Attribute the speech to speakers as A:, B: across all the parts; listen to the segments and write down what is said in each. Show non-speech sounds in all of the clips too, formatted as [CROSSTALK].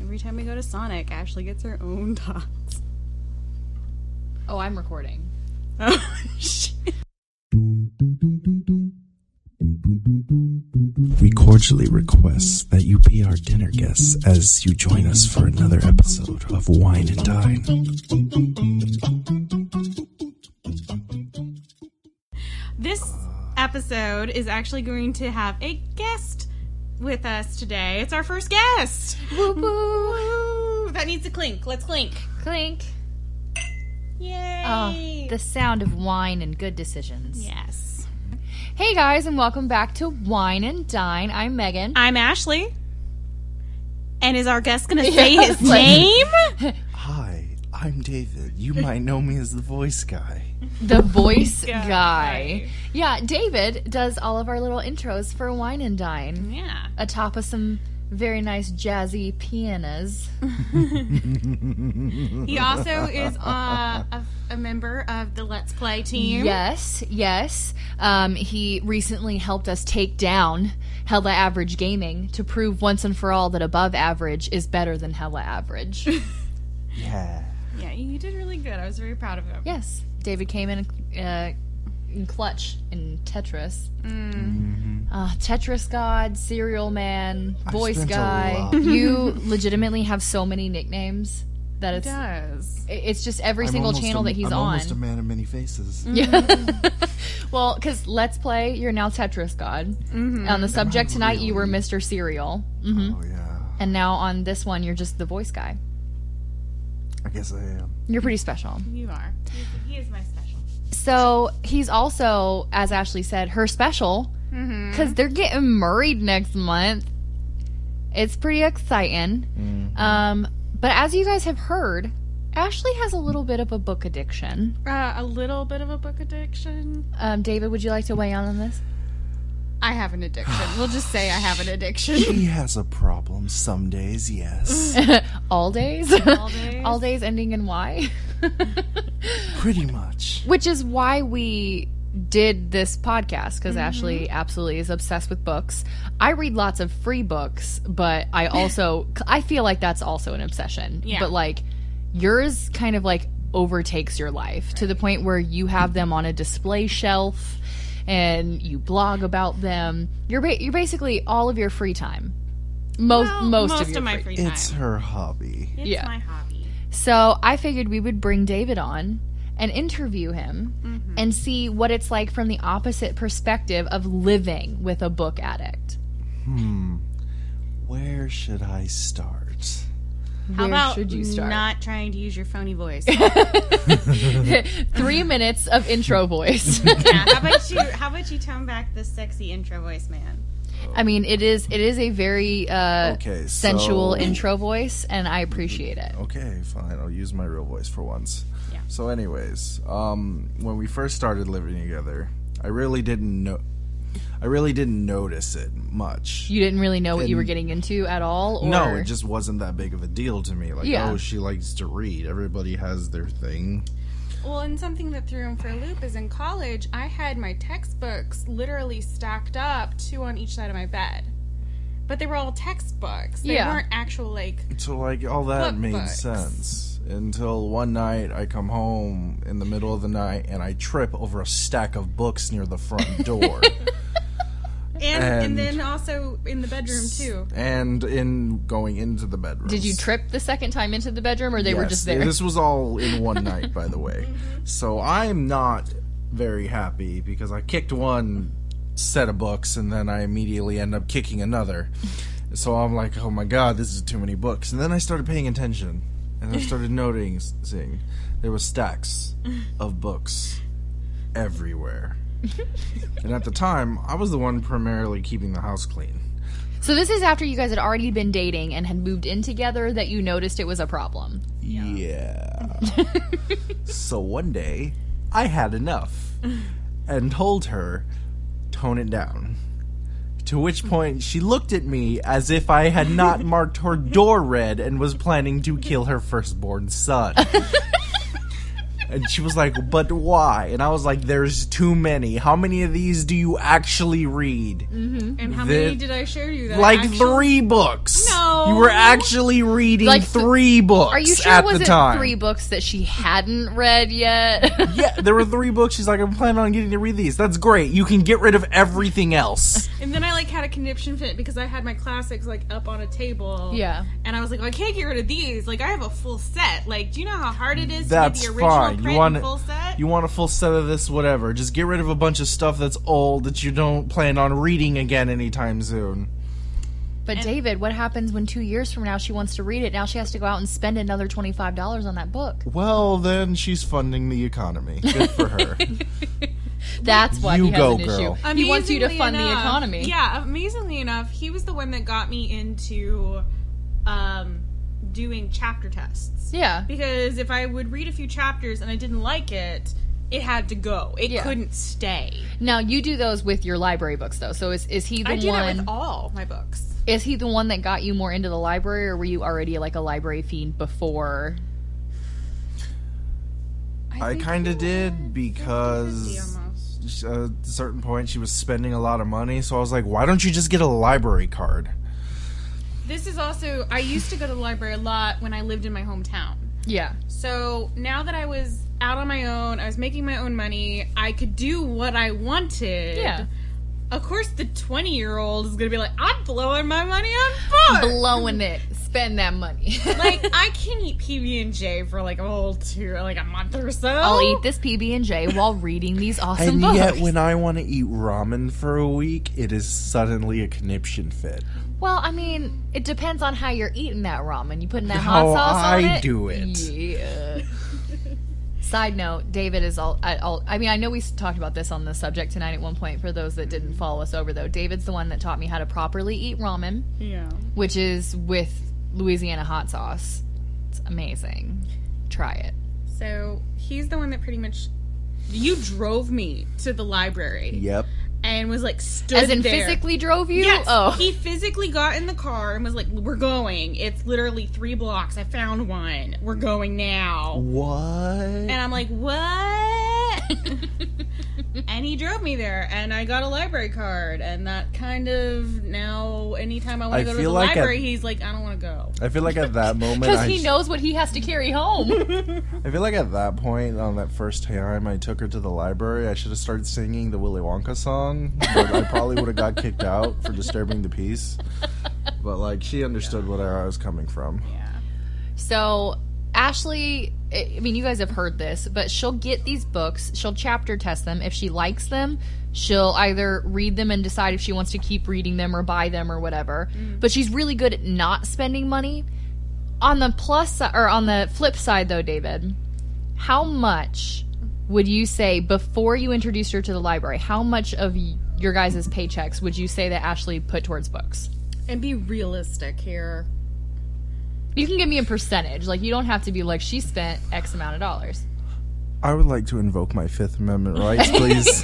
A: Every time we go to Sonic, Ashley gets her own [LAUGHS] dots.
B: Oh, I'm recording.
A: Oh, shit.
C: We cordially request that you be our dinner guests as you join us for another episode of Wine and Dine.
A: This episode is actually going to have a guest with us today. It's our first guest.
B: Woo woo.
A: Woo! That needs a clink. Let's clink.
B: Clink.
A: Yay!
B: Oh, the sound of wine and good decisions.
A: yes.
B: Hey guys, and welcome back to Wine and Dine. I'm Megan.
A: I'm Ashley. And is our guest
B: [LAUGHS]
A: going to say his
B: like-
A: name?
C: Hi, I'm David. You might know me as the voice
B: [LAUGHS]
C: guy.
B: The voice
A: [LAUGHS] Guy.
B: guy. Yeah, David does all of our little intros for Wine and Dine
A: Yeah.
B: atop of some very nice jazzy pianos.
A: He also is uh, a, a member of the Let's Play team.
B: Yes, yes. Um, he recently helped us take down Hella Average Gaming to prove once and for all that above average is better than Hella Average.
C: Yeah.
A: Yeah, you did really good. I was very proud of him.
B: yes, David came in, uh, in clutch in Tetris. Uh, Tetris God, Serial Man, Voice
C: Mm-hmm. spent a
B: Guy.
C: lot.
B: You legitimately have so many nicknames that it's
A: does.
B: it's just every
C: I'm
B: single
C: almost
B: channel
C: a-
B: that he's
C: I'm
B: on.
C: almost a man of many faces.
B: Yeah. [LAUGHS] well, because let's play. You're now Tetris God. On the subject tonight, you were Mr. Serial, hmm
C: Oh, yeah.
B: and now on this one, you're just the voice guy.
C: I guess I am.
B: You're pretty special.
A: You are. He is my special.
B: So he's also, as Ashley said, her special because they're getting married next month. It's pretty exciting. Um, but as you guys have heard, Ashley has a little bit of a book addiction.
A: Uh, a little bit of a book addiction.
B: Um, David, would you like to weigh in on this?
A: I have an addiction. We'll just say I have an addiction.
C: He has a problem some days,
B: [LAUGHS]
C: yes.
B: All days?
A: All [LAUGHS] days.
B: [LAUGHS] all days ending in Y. [LAUGHS]
C: Pretty much.
B: Which is why we did this podcast
A: Mm-hmm.
B: because Ashley absolutely is obsessed with books. I read lots of free books, but
A: [LAUGHS]
B: I also I feel like that's also an obsession.
A: Yeah.
B: But like yours kind of like overtakes your life to the point where you have them on a display shelf and you blog about them. You're ba- you're basically all of your free time. Most
A: Well,
B: most,
A: most
B: of, your
A: my
B: free-
A: free time.
C: It's her hobby.
A: It's
B: yeah.
A: my hobby.
B: so I figured we would bring David on and interview him
C: Mm-hmm.
B: and see what it's like from the opposite perspective of living with a book addict.
C: Where should I start?
A: How
B: Where
A: about
B: should you start?
A: not trying to use your phony [LAUGHS]
C: [LAUGHS]
A: voice?
B: Three minutes of intro voice.
A: yeah, how about you? How about you tone back the sexy intro voice, man?
B: I mean, it is it is a very uh,
C: Okay,
B: sensual
C: so-
B: intro voice, and I appreciate it.
C: Okay, fine. I'll use my real voice for once.
A: Yeah.
C: So, anyways, um, when we first started living together, I really didn't know. I really didn't notice it much.
B: You didn't really know what you were getting into at all, or
C: no, it just wasn't that big of a deal to me. Like,
B: Yeah.
C: oh, she likes to read. Everybody has their thing.
A: Well, and something that threw him for a loop is in college, I had my textbooks literally stacked up, two on each side of my bed. But they were all textbooks. They
B: Yeah.
A: weren't actual, like,
C: So, like, all that
A: What
C: made
A: books?
C: sense until one night I come home in the middle of the night and I trip over a stack of books near the front
B: [LAUGHS]
C: door.
A: and, and,
C: And-
A: then also in the bedroom, too.
C: and in going into the bedroom.
B: did you trip the second time into the bedroom, or they were
C: Yes,
B: just there?
C: This was all in one [LAUGHS] night, by the way. So I'm not very happy because I kicked one set of books and then I immediately end up kicking another. So I'm like, oh my god, this is too many books. And then I started paying attention and I
B: [LAUGHS]
C: started noticing there were stacks of books
B: [LAUGHS]
C: everywhere. and at the time, I was the one primarily keeping the house clean.
B: So this is after you guys had already been dating and had moved in together that you noticed it was a problem.
C: Yeah. [LAUGHS] so one day, I had enough and told her, tone it down. To which point, she looked at me as if I had
B: [LAUGHS]
C: not marked her door red and was planning to kill her firstborn
B: [LAUGHS]
C: son. And she was like, but why? And I was like, there's too many. How many of these do you actually read?
A: And how
C: The-
A: many did I show you? That
C: Like
A: actual-
C: three books.
A: No.
C: You were actually reading
B: Like,
C: three books
B: Are you sure
C: at
B: was
C: the
B: it
C: time.
B: three books that she hadn't read yet? [LAUGHS]
C: yeah, there were three books. She's like, I'm planning on getting to read these. That's great. You can get rid of everything else.
A: And then I like had a conniption fit because I had my classics like up on a table.
B: Yeah.
A: And I was like, well, I can't get rid of these. Like I have a full set. Like, do you know how hard it is
C: That's
A: to get the original
C: fine. You
A: print
C: want it-
A: and full set?
C: You want a full set of this, whatever. Just get rid of a bunch of stuff that's old that you don't plan on reading again anytime soon.
B: But David, what happens when two years from now she wants to read it? Now she has to go out and spend another twenty five dollars on that book.
C: Well, then she's funding the economy. Good for her.
B: That's why
C: You
B: he has
C: go,
B: an
C: girl.
B: issue. He wants you to
A: Amazingly
B: fund the
A: enough-
B: economy.
A: Yeah, amazingly enough, he was the one that got me into um, doing chapter tests.
B: Yeah.
A: Because if I would read a few chapters and I didn't like it, it had to go. It
B: Yeah.
A: couldn't stay.
B: Now you do those with your library books though. So is is he the
A: I do that
B: one
A: with all my books.
B: is he the one that got you more into the library or were you already like a library fiend before?
C: I
A: think
C: kind of
A: it
C: did
A: was
C: because
A: 50 almost.
C: sh- at a certain point she was spending a lot of money, so I was like, why don't you just get a library card?
A: This is also I used to go to the library a lot when I lived in my hometown.
B: Yeah.
A: So now that I was out on my own, I was making my own money, I could do what I wanted.
B: Yeah.
A: Of course, the 20 year old is going to be like, I'm blowing my money on books.
B: Blowing it. Spend that money.
A: like, I can eat PB&J for like a whole two, like a month or so.
B: I'll eat this PB and J while reading these awesome
C: Oh. And
B: books.
C: yet, when I want to eat ramen for a week, it is suddenly a conniption fit.
B: well, I mean, it depends on how you're eating that ramen. You putting that hot
C: How
B: sauce on
C: Oh, I
B: it?
C: do it.
B: Yeah. [LAUGHS] Side note, David is all, I- all. I mean, I know we s- talked about this on the subject tonight at one point. For those that didn't follow us over, though, David's the one that taught me how to properly eat ramen,
A: Yeah.
B: which is with Louisiana hot sauce. It's amazing. Try it.
A: So he's the one that pretty much. You drove me to the library
C: Yep.
A: and was like stood
B: As in,
A: there.
B: physically drove you?
A: Yes.
B: Oh, [LAUGHS]
A: He physically got in the car and was like, "We're going. It's literally three blocks. I found one. We're going now."
C: What?
A: And I'm like, "What?" [LAUGHS] and he drove me there, and I got a library card, and that kind of now anytime I want
C: I
A: to go to
C: feel
A: the
C: like
A: library,
C: I-
A: he's like, "I don't want to go."
C: I feel like at that
A: [LAUGHS]
C: moment,
B: because
C: I,
B: he
C: sh-
B: knows what he has to carry home.
C: I feel like at that point, on that first time I took her to the library, I should have started singing the Willy Wonka song. But I probably would have got kicked out for disturbing the peace. But like, she understood where I was coming from.
A: Yeah.
B: So Ashley, I I mean, you guys have heard this, but she'll get these books. She'll chapter test them. If she likes them, she'll either read them and decide if she wants to keep reading them or buy them or whatever. But she's really good at not spending money. On the plus si- or on the flip side, though, David, how much would you say before you introduced her to the library? How much of y- your guys' paychecks would you say that Ashley put towards books?
A: And be realistic here.
B: You can give me a percentage. Like you don't have to be like she spent X amount of dollars.
C: I would like to invoke my Fifth Amendment rights,
A: [LAUGHS]
C: please.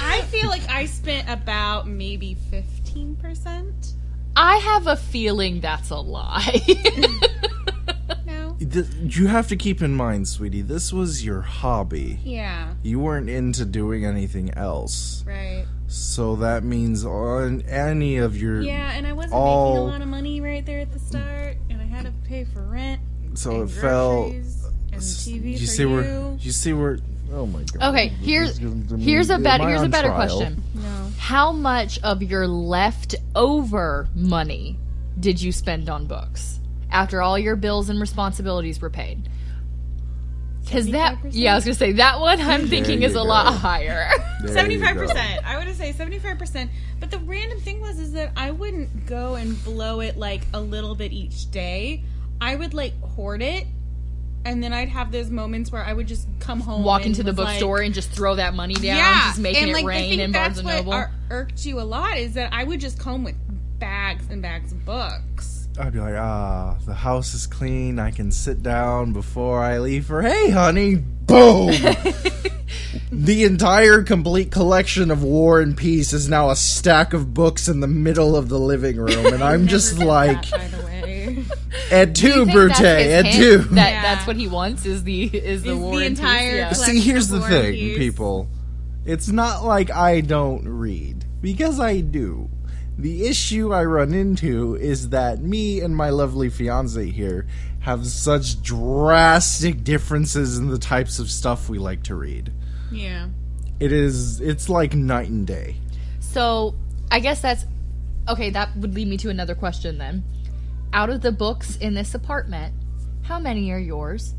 A: I feel like I spent about maybe fifteen percent.
B: [LAUGHS] I have a feeling that's a lie.
C: [LAUGHS]
A: No.
C: Th- you have to keep in mind, sweetie, this was your hobby.
A: Yeah.
C: You weren't into doing anything else.
A: Right.
C: So that means on any of your
A: Yeah, and I wasn't making
C: all-
A: a lot of money right there at the start, and I had to pay for rent.
C: so it
A: and
C: fell
A: groceries And
C: S-
A: TV
C: you
A: for
C: see
A: you.
C: where you see where oh my god
B: okay, here's here's a
C: Am
B: better
C: I
B: here's a
C: on
B: better
C: trial?
B: question.
A: No.
B: How much of your leftover money did you spend on books after all your bills and responsibilities were paid? Because that
A: 75%?
B: yeah, I was gonna say that one I'm thinking
C: you
B: is
C: go.
B: a
A: [LAUGHS]
B: lot higher.
C: There you go.
A: Seventy-five percent. I would say seventy-five percent. But the random thing was is that I wouldn't go and blow it like a little bit each day. I would like hoard it, and then I'd have those moments where I would just come home,
B: Walk
A: and
B: into the
A: was like-
B: bookstore and just throw that money down, just making it rain in Barnes and Noble.
A: What ar- irked you a lot is that I would just come with bags and bags of books.
C: I'd be like ah the house is clean I can sit down before I leave for hey honey
B: [LAUGHS]
C: boom [LAUGHS] the entire complete collection of War and Peace is now a stack of books in the middle of the living room and I'm just like
A: By the way, [LAUGHS]
C: et tu
B: think that's
C: Brute
B: his
C: et
B: hint?
C: tu
B: That
A: Yeah.
B: that's what he wants is the is the
A: Is the
B: war and peace,
A: entire
B: yeah.
A: collection.
C: See, here's the
A: Collection of War
C: thing,
A: and Peace.
C: people. It's not like I don't read because I do. The issue I run into is that me and my lovely fiance here have such drastic differences in the types of stuff we like to read.
A: Yeah.
C: It is it's like night and day.
B: So I guess that's okay. That would lead me to another question then. Out of the books in this apartment, how many are yours?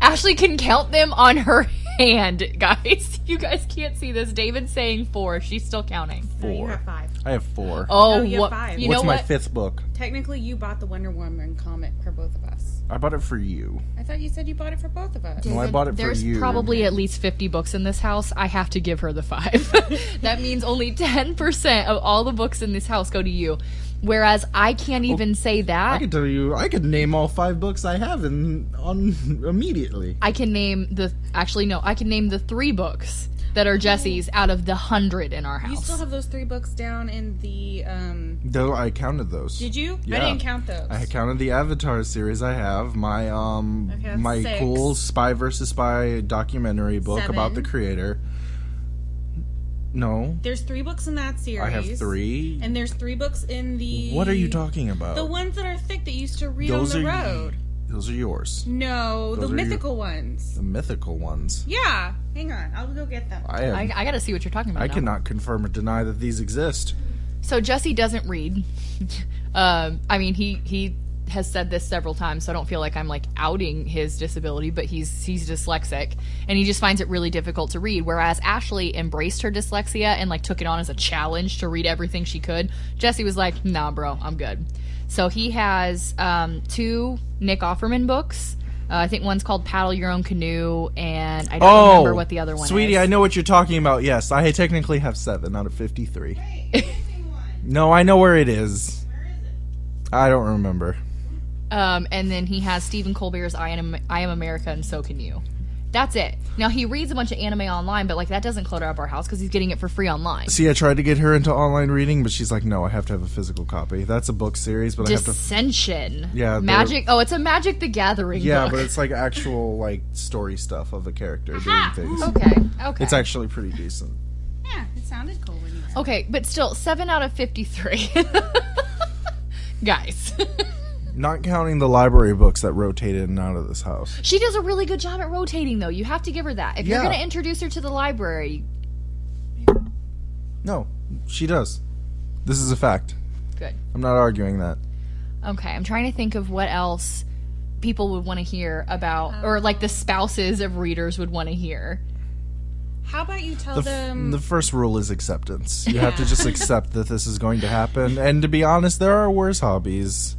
B: Ashley can count them on her [LAUGHS] hand, guys. [LAUGHS] You guys can't see this. David's saying four. She's still counting.
A: No, you have five.
C: I have four.
B: Oh,
A: No, you have
B: what-
A: five.
B: you
C: What's
B: know
C: my
B: what?
C: fifth book?
A: Technically, you bought the Wonder Woman comic for both of us.
C: I bought it for you.
A: I thought you said you bought it for both of us.
C: No, I bought it for
B: There's
C: you.
B: probably at least 50 books in this house. I have to give her the five. [LAUGHS] that means only 10% of all the books in this house go to you. Whereas I can't
C: Oh,
B: even say that.
C: I could tell you I could name all five books I have in on immediately.
B: I can name the actually no, I can name the three books that are Jesse's out of the hundred in our house.
A: You still have those three books down in the. um
C: Though I counted those.
A: Did you? I
C: Yeah.
A: didn't count those.
C: I counted the Avatar series I have, my um
A: Okay, that's
C: my
A: six.
C: cool spy versus spy documentary book about the
A: Seven.
C: creator. No,
A: There's three books in that series.
C: I have 3.
A: And there's three books in the.
C: what are you talking about?
A: The ones that are thick that you used to read
C: Those
A: on the
C: are-
A: road.
C: Those are yours.
A: No,
C: Those
A: the
C: are your-
A: mythical ones.
C: The mythical ones.
A: Yeah. Hang on. I'll go get them.
C: I have,
B: I,
C: I,
B: I gotta see what you're talking about. now.
C: cannot confirm or deny that these exist.
B: So Jesse doesn't read. [LAUGHS] um, I mean, he he has said this several times, so I don't feel like I'm like outing his disability, but he's he's dyslexic, and he just finds it really difficult to read. Whereas Ashley embraced her dyslexia and like took it on as a challenge to read everything she could. Jesse was like, "Nah, bro, I'm good." So he has um, two Nick Offerman books. Uh, I think one's called "Paddle Your Own Canoe," and I don't remember what the other one
C: Oh, Sweetie,
B: is.
C: I know what you're talking about. Yes, I technically have 7 out of 53. no, I know where it is. I don't remember.
B: Um, and then he has Stephen Colbert's I Am, I Am America and So Can You. That's it. Now he reads a bunch of anime online, but like that doesn't clutter up our house because he's getting it for free online.
C: See, I tried to get her into online reading, but she's like, no, I have to have a physical copy. That's a book series, but I have to.
B: Dissension.
C: Yeah, the-
B: Magic. Oh, it's a Magic the Gathering.
C: Yeah,
B: book.
C: but it's like actual like story stuff of a character doing things.
B: [LAUGHS] okay. Okay.
C: It's actually pretty decent.
A: Yeah, it sounded cool when you read.
B: okay, but still seven out of fifty-three. [LAUGHS] Guys, [LAUGHS]
C: Not counting the library books that rotate in and out of this house.
B: she does a really good job at rotating, though. You have to give her that. If you're
C: Yeah.
B: going to introduce her to the library,
C: No, she does. This is a fact.
B: good.
C: I'm not arguing that.
B: Okay, I'm trying to think of what else people would want to hear about, or like the spouses of readers would want to hear.
A: How about you tell
C: The, f-
A: them?
C: the first rule is acceptance. You have to just accept that this is going to happen. And to be honest, there are worse hobbies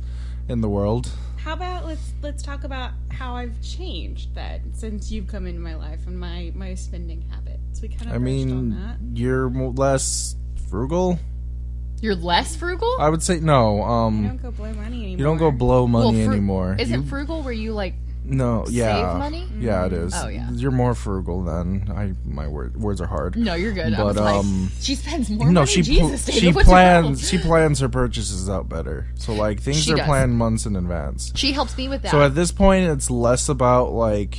C: in the world.
A: How about let's let's talk about how I've changed then since you've come into my life and my my spending habits. We kind of
C: I
A: on
C: mean,
A: that.
C: you're mo- less frugal.
B: You're less frugal.
C: I would say no.
A: You
C: Um,
A: don't go blow money anymore.
C: you don't go blow money
B: fru-
C: anymore.
B: Is
C: You-
B: it frugal where you like?
C: No, yeah.
B: money?
C: Yeah, it is.
B: Oh, yeah.
C: You're more frugal than I. My word, words are hard.
B: No, you're good. I
C: But,
B: was like,
C: um,
B: she spends more
C: No,
B: money.
C: she pl-
B: Jesus, David,
C: she
B: what's your problem?
C: plans she plans her purchases out better. So like things
B: She
C: are
B: does.
C: planned months in advance.
B: She helps me with that.
C: So at this point, it's less about like,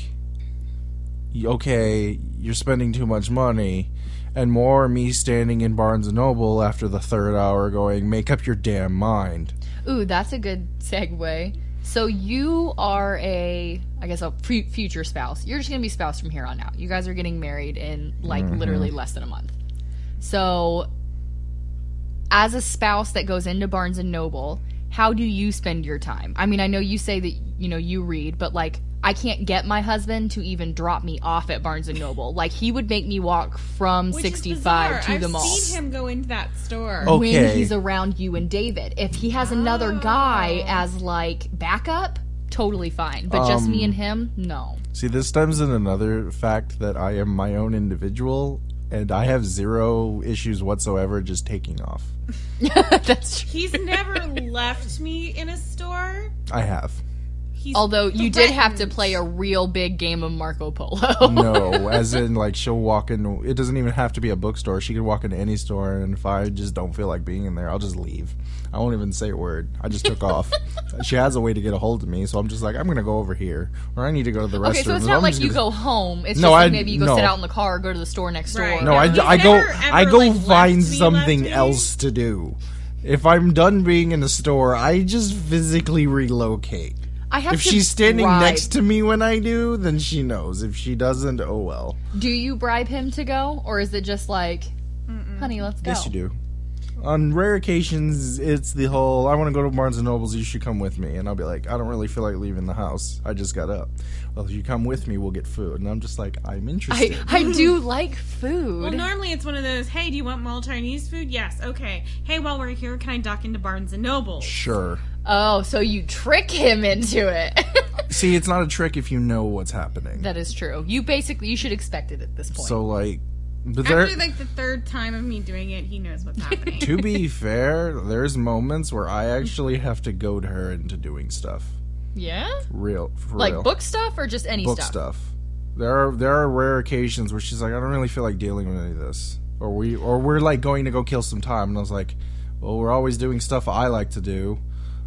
C: y- okay, you're spending too much money, and more me standing in Barnes and Noble after the third hour, going, make up your damn mind.
B: Ooh, that's a good segue. So you are a, I guess, a fu- future spouse. You're just gonna be spouse from here on out. You guys are getting married in like literally less than a month. So, as a spouse that goes into Barnes and Noble, how do you spend your time? I mean, I know you say that you know you read, but like. I can't get my husband to even drop me off at Barnes and Noble. Like he would make me walk from
A: Which is
B: 65
A: bizarre.
B: to the mall
A: I've seen him go into that store.
C: Oh.
B: when
C: Okay.
B: he's around you and David. If he has another guy as like backup, totally fine. But just me
C: Um,
B: and him, no.
C: See, this stems in another fact that I am my own individual, and I have zero issues whatsoever just taking off.
B: That's true. [LAUGHS]
A: He's never left me in a store.
C: I have.
A: he's
B: Although you did have to
A: threatened.
B: play a real big game of Marco Polo. [LAUGHS]
C: No, as in like she'll walk in. It doesn't even have to be a bookstore. She could walk into any store, and if I just don't feel like being in there, I'll just leave. I won't even say a word. I just took
B: [LAUGHS]
C: off. She has a way to get a hold of me, so I'm just like, I'm gonna go over here, or I need to go to the restroom.
B: Okay, so it's
C: or
B: not
C: I'm
B: like
C: just
B: you
C: gonna-
B: go home. It's
C: No,
B: just like
C: I-
B: maybe you go
C: no.
B: sit out in the car, or go to the store next
A: Right.
B: door.
C: No, I,
A: He's
C: I go
A: never, ever,
C: I go
A: like, left
C: find
A: me,
C: something
A: left me.
C: else to do. If I'm done being in the store, I just physically relocate.
B: I have
C: If
B: to
C: she's standing
B: bribe-
C: next to me when I do, then she knows. If she doesn't, oh well.
B: Do you bribe him to go, or is it just like, honey, let's go?
C: Yes, you do. On rare occasions, it's the whole "I want to go to Barnes and Nobles. You should come with me." And I'll be like, "I don't really feel like leaving the house. I just got up." Well, if you come with me, we'll get food. And I'm just like, "I'm interested."
A: [LAUGHS]
B: I, I do like food.
A: Well, normally it's one of those. Hey, do you want mall Chinese food? Yes. Okay. Hey, while we're here, can I dock into Barnes and Noble?
C: sure.
B: Oh, so you trick him into it.
C: See, it's not a trick if you know what's happening.
B: that is true. You basically you should expect it at this point.
C: so like, but there.
A: After like the third time of me doing it, he knows what's
B: [LAUGHS]
A: happening.
C: to be fair, there's moments where I actually have to goad her into doing stuff.
B: yeah?
C: Real, for
B: Like
C: real.
B: book stuff or just any
C: book
B: stuff?
C: stuff. There are there are rare occasions where she's like, I don't really feel like dealing with any of this, or we or we're like going to go kill some time, and I was like, well, we're always doing stuff I like to do.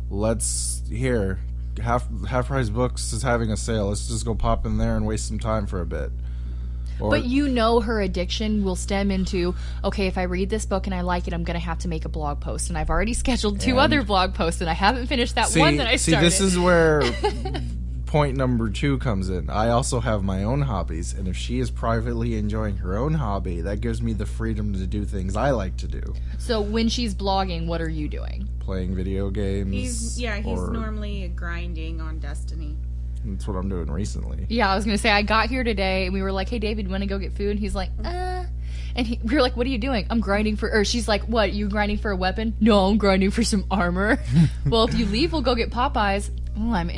C: Let's here half half price books is having a sale. Let's just go pop in there and waste some time for a bit. Or,
B: But you know her addiction will stem into okay, if I read this book and I like it, I'm going to have to make a blog post, and I've already [LAUGHS] scheduled two
C: And-
B: other blog posts, and I haven't finished that
C: see,
B: one that I
C: see,
B: started.
C: this is
B: [LAUGHS]
C: where. Point number two comes in. I also have my own hobbies, and if she is privately enjoying her own hobby, that gives me the freedom to do things I like to do.
B: so when she's blogging, what are you doing?
C: playing video games.
A: he's yeah. He's
C: or-
A: normally grinding on Destiny.
C: That's what I'm doing recently.
B: Yeah, I was gonna say I got here today, and we were like, "Hey, David, want to go get food?" And he's like, "Uh," and he, we were like, "What are you doing?" I'm grinding for, or she's like, "What? You grinding for a weapon?" No, I'm grinding for some armor. well, if you leave, we'll go get Popeyes. Oh, I'm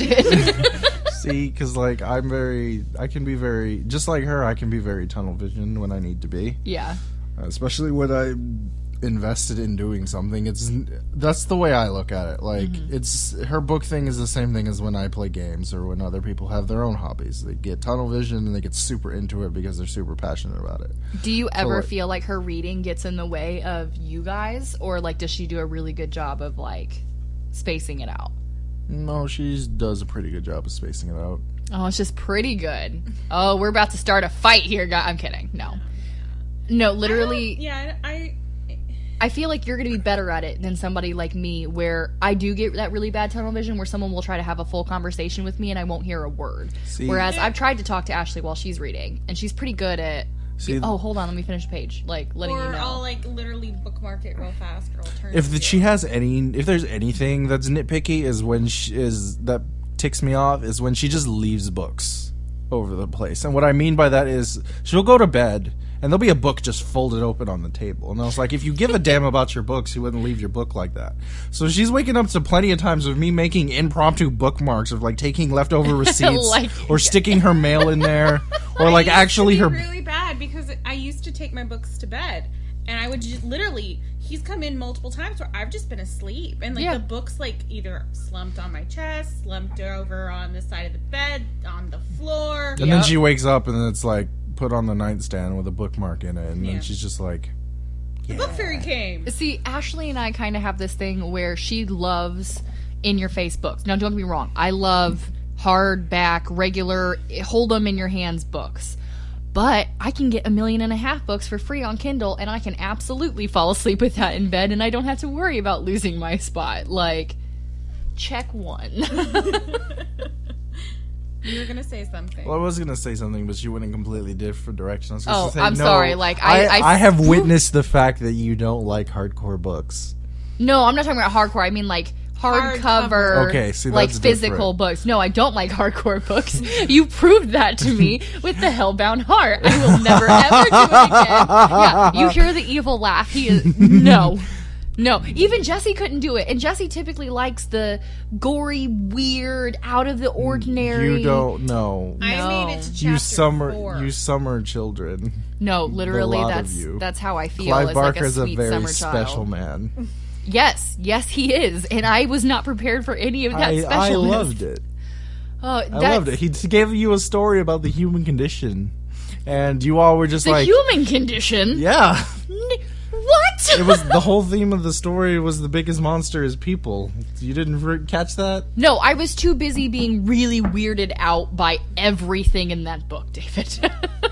B: interested.
C: See, because like I'm very, I can be very, just like her, I can be very tunnel vision when I need to be,
B: yeah,
C: especially when I'm invested in doing something. It's that's the way I look at it. Like it's her book thing is the same thing as when I play games or when other people have their own hobbies. They get tunnel vision and they get super into it because they're super passionate about it.
B: do you ever
C: like-
B: feel like her reading gets in the way of you guys, or like does she do a really good job of like spacing it out?
C: No, she does a pretty good job of spacing it out.
B: Oh, it's just pretty good. Oh, we're about to start a fight here, guy. I'm kidding. No, no, literally.
A: Yeah. I.
B: I feel like you're going to be better at it than somebody like me, where I do get that really bad tunnel vision where someone will try to have a full conversation with me and I won't hear a word.
C: See,
B: Whereas I've tried to talk to Ashley while she's reading, and she's pretty good at.
C: see,
B: Oh, hold on, let me finish the page. Like letting
A: Or
B: you know.
A: I'll like literally bookmark it real fast, or I'll turn.
C: if
A: to
C: the,
A: it.
C: she has any if there's anything that's nitpicky is when she is that ticks me off is when she just leaves books over the place and what i mean by that is she'll go to bed and there'll be a book just folded open on the table and i was like if you give a damn about your books you wouldn't leave your book like that so she's waking up to plenty of times of me making impromptu bookmarks of like taking leftover receipts
B: Like-
C: or sticking her mail in there or like
A: It used to
C: actually
A: be [LAUGHS]
C: her
A: really bad because I used to take my books to bed, and I would just literally. He's come in multiple times where I've just been asleep, and like
B: Yeah.
A: the books like either slumped on my chest, slumped over on the side of the bed, on the floor.
C: And
B: Yep.
C: then she wakes up and it's like put on the nightstand with a bookmark in it, and
A: Yeah.
C: then she's just like,
A: Book fairy came.
B: See, Ashley and I kind of have this thing where she loves in your face books. Now, don't get me wrong. I love hardback, regular, hold them in your hands books. But I can get a million and a half books for free on Kindle, and I can absolutely fall asleep with that in bed, and I don't have to worry about losing my spot. Like, check one. [LAUGHS]
A: You were gonna say something.
C: "Well, I was gonna say something, but she went in completely different direction." I was gonna
B: Oh,
C: say,
B: I'm
C: "No,
B: sorry, like, I- I-
C: I
B: [LAUGHS]
C: have witnessed the fact that you don't like hardcore books.
B: no, I'm not talking about hardcore. I mean, like, hardcover,
C: Hardcover. Okay, see,
B: like
C: that's
B: physical
C: different.
B: books. No, I don't like [LAUGHS] hardcore books. you proved that to me with the Hellbound Heart. I will never ever do it again. Yeah, you hear the evil laugh. He is no. No, even Jesse couldn't do it, and Jesse typically likes the gory, weird, out of the ordinary.
C: You don't know.
A: I made it to
B: No.
A: chapter
C: you summer,
A: four.
C: you summer children.
B: No, literally,
C: lot of
B: that's
C: you.
B: that's how I feel.
C: Clive
B: as
C: Barker's
B: like a,
C: a
B: sweet
C: very
B: summer
C: special
B: Child.
C: man.
B: [LAUGHS] Yes, yes, he is, and I was not prepared for any of that
C: I,
B: specialness.
C: I loved it.
B: Oh,
C: I loved it. He just gave you a story about the human condition, and you all were just
B: The
C: like,
B: human condition.
C: "Yeah."
B: N- What?
C: It
B: [LAUGHS]
C: was the whole theme of the story was the biggest monster is people. You didn't re- catch that?
B: no, I was too busy being really weirded out by everything in that book, David. [LAUGHS]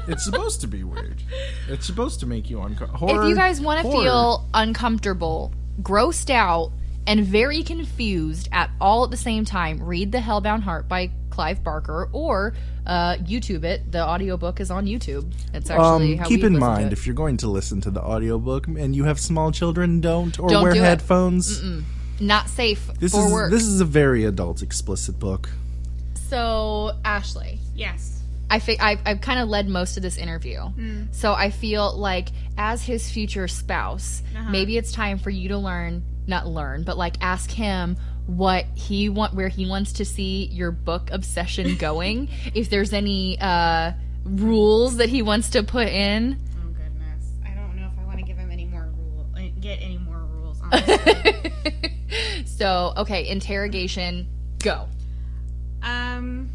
C: It's supposed to be weird. It's supposed to make you uncomfortable.
B: if you guys want to
C: horror.
B: feel uncomfortable, grossed out, and very confused at all at the same time, read The Hellbound Heart by Clive Barker or uh, YouTube it. The audiobook is on YouTube. It's actually
C: um,
B: how
C: keep
B: we
C: in
B: listened to
C: mind
B: it.
C: if you're going to listen to the audiobook and you have small children, don't or
B: Don't
C: wear
B: do it.
C: headphones.
B: not safe
C: This
B: for
C: is
B: work.
C: this is a very adult explicit book.
B: so Ashley,
A: Yes.
B: I fi- I've, I've kind of led most of this interview. So I feel like, as his future spouse, maybe it's time for you to learn, not learn, but like ask him what he want, where he wants to see your book obsession [LAUGHS] going. if there's any uh, rules that he wants to put in. [LAUGHS]
A: Oh goodness. I don't know if I want to give him any more rule. uh, Get any more rules.
B: [LAUGHS]
A: Honestly.
B: so okay, interrogation, go.
A: um.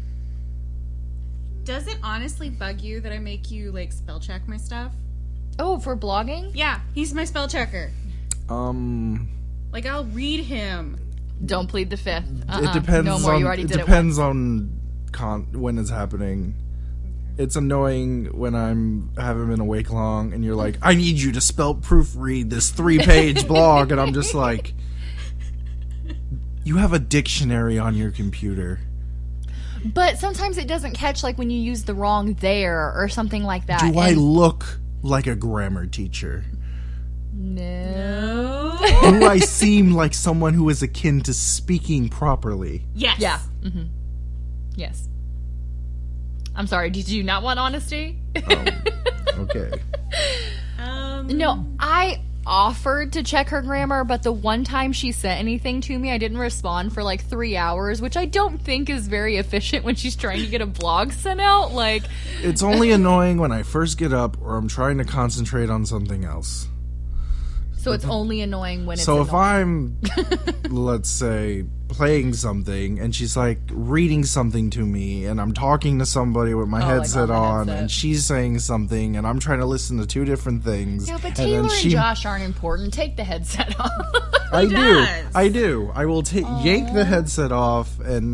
A: Does it honestly bug you that I make you like spell check my stuff?
B: Oh, for blogging,
A: Yeah, he's my spell checker.
C: Um,
A: Like I'll read him.
B: don't plead the fifth. Uh-uh.
C: it depends.
B: No more.
C: On,
B: you already
C: it
B: did it. once.
C: depends on con- when it's happening. It's annoying when I'm haven't been awake long, and you're like, "I need you to spell proofread this three
B: [LAUGHS]
C: page blog," and I'm just like, "You have a dictionary on your computer."
B: But sometimes it doesn't catch, like when you use the wrong there or something like that.
C: Do I
B: Uh, And-
C: look like a grammar teacher?
B: no.
C: Do
B: [LAUGHS]
C: I seem like someone who is akin to speaking properly?
A: [LAUGHS] Yes.
B: Yeah. hmm Yes. I'm sorry. Did you not want honesty?
C: Okay.
A: Um.
B: [LAUGHS] no, I offered to check her grammar, but the one time she sent anything to me, I didn't respond for like three hours, which I don't think is very efficient when she's trying to get a blog sent out. Like,
C: It's only annoying when I first get up or I'm trying to concentrate on something else.
B: so it's only annoying when it's.
C: so if
B: annoying.
C: I'm, let's say, playing something and she's like reading something to me and I'm talking to somebody with my
B: Oh, like
C: headset
B: on the
C: on
B: headset.
C: and she's saying something and I'm trying to listen to two different things.
B: Yeah, but
C: and
B: Taylor
C: then
B: and,
C: she,
B: Josh aren't important. Take the headset off.
C: I do.
A: does.
C: I do. I will ta- yank
B: Oh.
C: the headset off and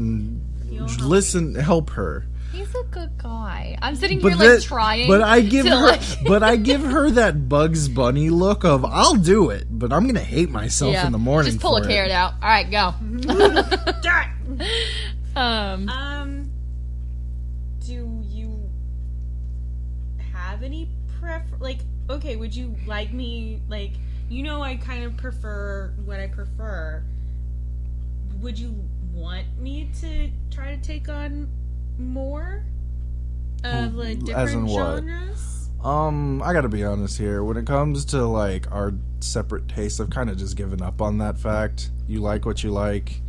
C: listen, help her.
B: He's a good guy. I'm sitting
C: But
B: here like
C: that-
B: trying.
C: But I give
B: to,
C: her.
B: like-
C: [LAUGHS] but I give her that Bugs Bunny look of I'll do it, but I'm gonna hate myself in the morning.
B: Just pull
C: for
B: a
C: it."
B: carrot out. All right, go.
A: Darn.
B: Um,
A: Um, do you have any pref? Like, okay, would you like me? Like, you know, I kind of prefer what I prefer. Would you want me to try to take on more of like
C: Mm, as in
A: different
C: what?
A: genres?
C: Um, I gotta be honest here. When it comes to like our separate tastes, I've kind of just given up on that fact. You like what you like,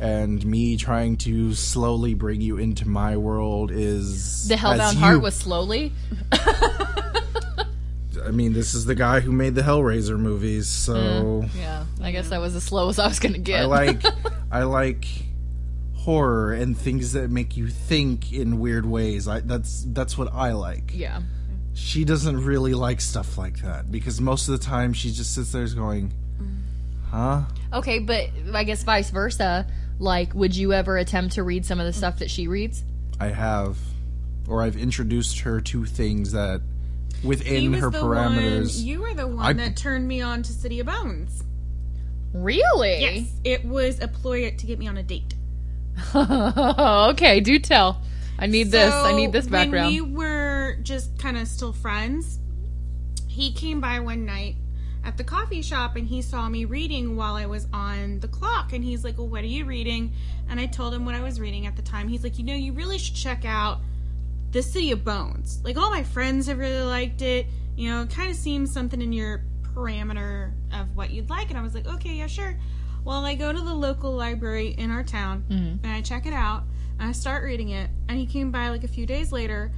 C: and me trying to slowly bring you into my world is
B: the
C: as
B: Hellbound
C: you-
B: Heart was slowly.
C: I mean, this is the guy who made the Hellraiser movies, so.
B: Yeah, I guess that was as slow as I was gonna get.
C: I like I like horror and things that make you think in weird ways. I, that's that's what I like.
B: [LAUGHS] yeah.
C: She doesn't really like stuff like that because most of the time she just sits there going, "Huh?
B: Okay, but I guess vice versa. Like, would you ever attempt to read some
A: Mm.
B: of the stuff that she reads?
C: I have or I've introduced her to things that
A: He
C: within
A: was
C: her
A: the
C: parameters."
A: One, you were the one
C: I-
A: that turned me on to City of Bones.
B: Really?
A: Yes, it was a ploy to get me on a date.
B: [LAUGHS] okay, do tell. I need this. I
A: So,
B: need this background.
A: When we were just kind of still friends, he came by one night at the coffee shop and he saw me reading while I was on the clock. And he's like, Well, what are you reading? And I told him what I was reading at the time. He's like, You know, you really should check out The City of Bones. Like, all my friends have really liked it. You know, it kind of seems something in your parameter of what you'd like. And I was like, Okay, yeah, sure. Well, I go to the local library in our town
B: Mm-hmm.
A: and I check it out and I start reading it. And he came by like a few days later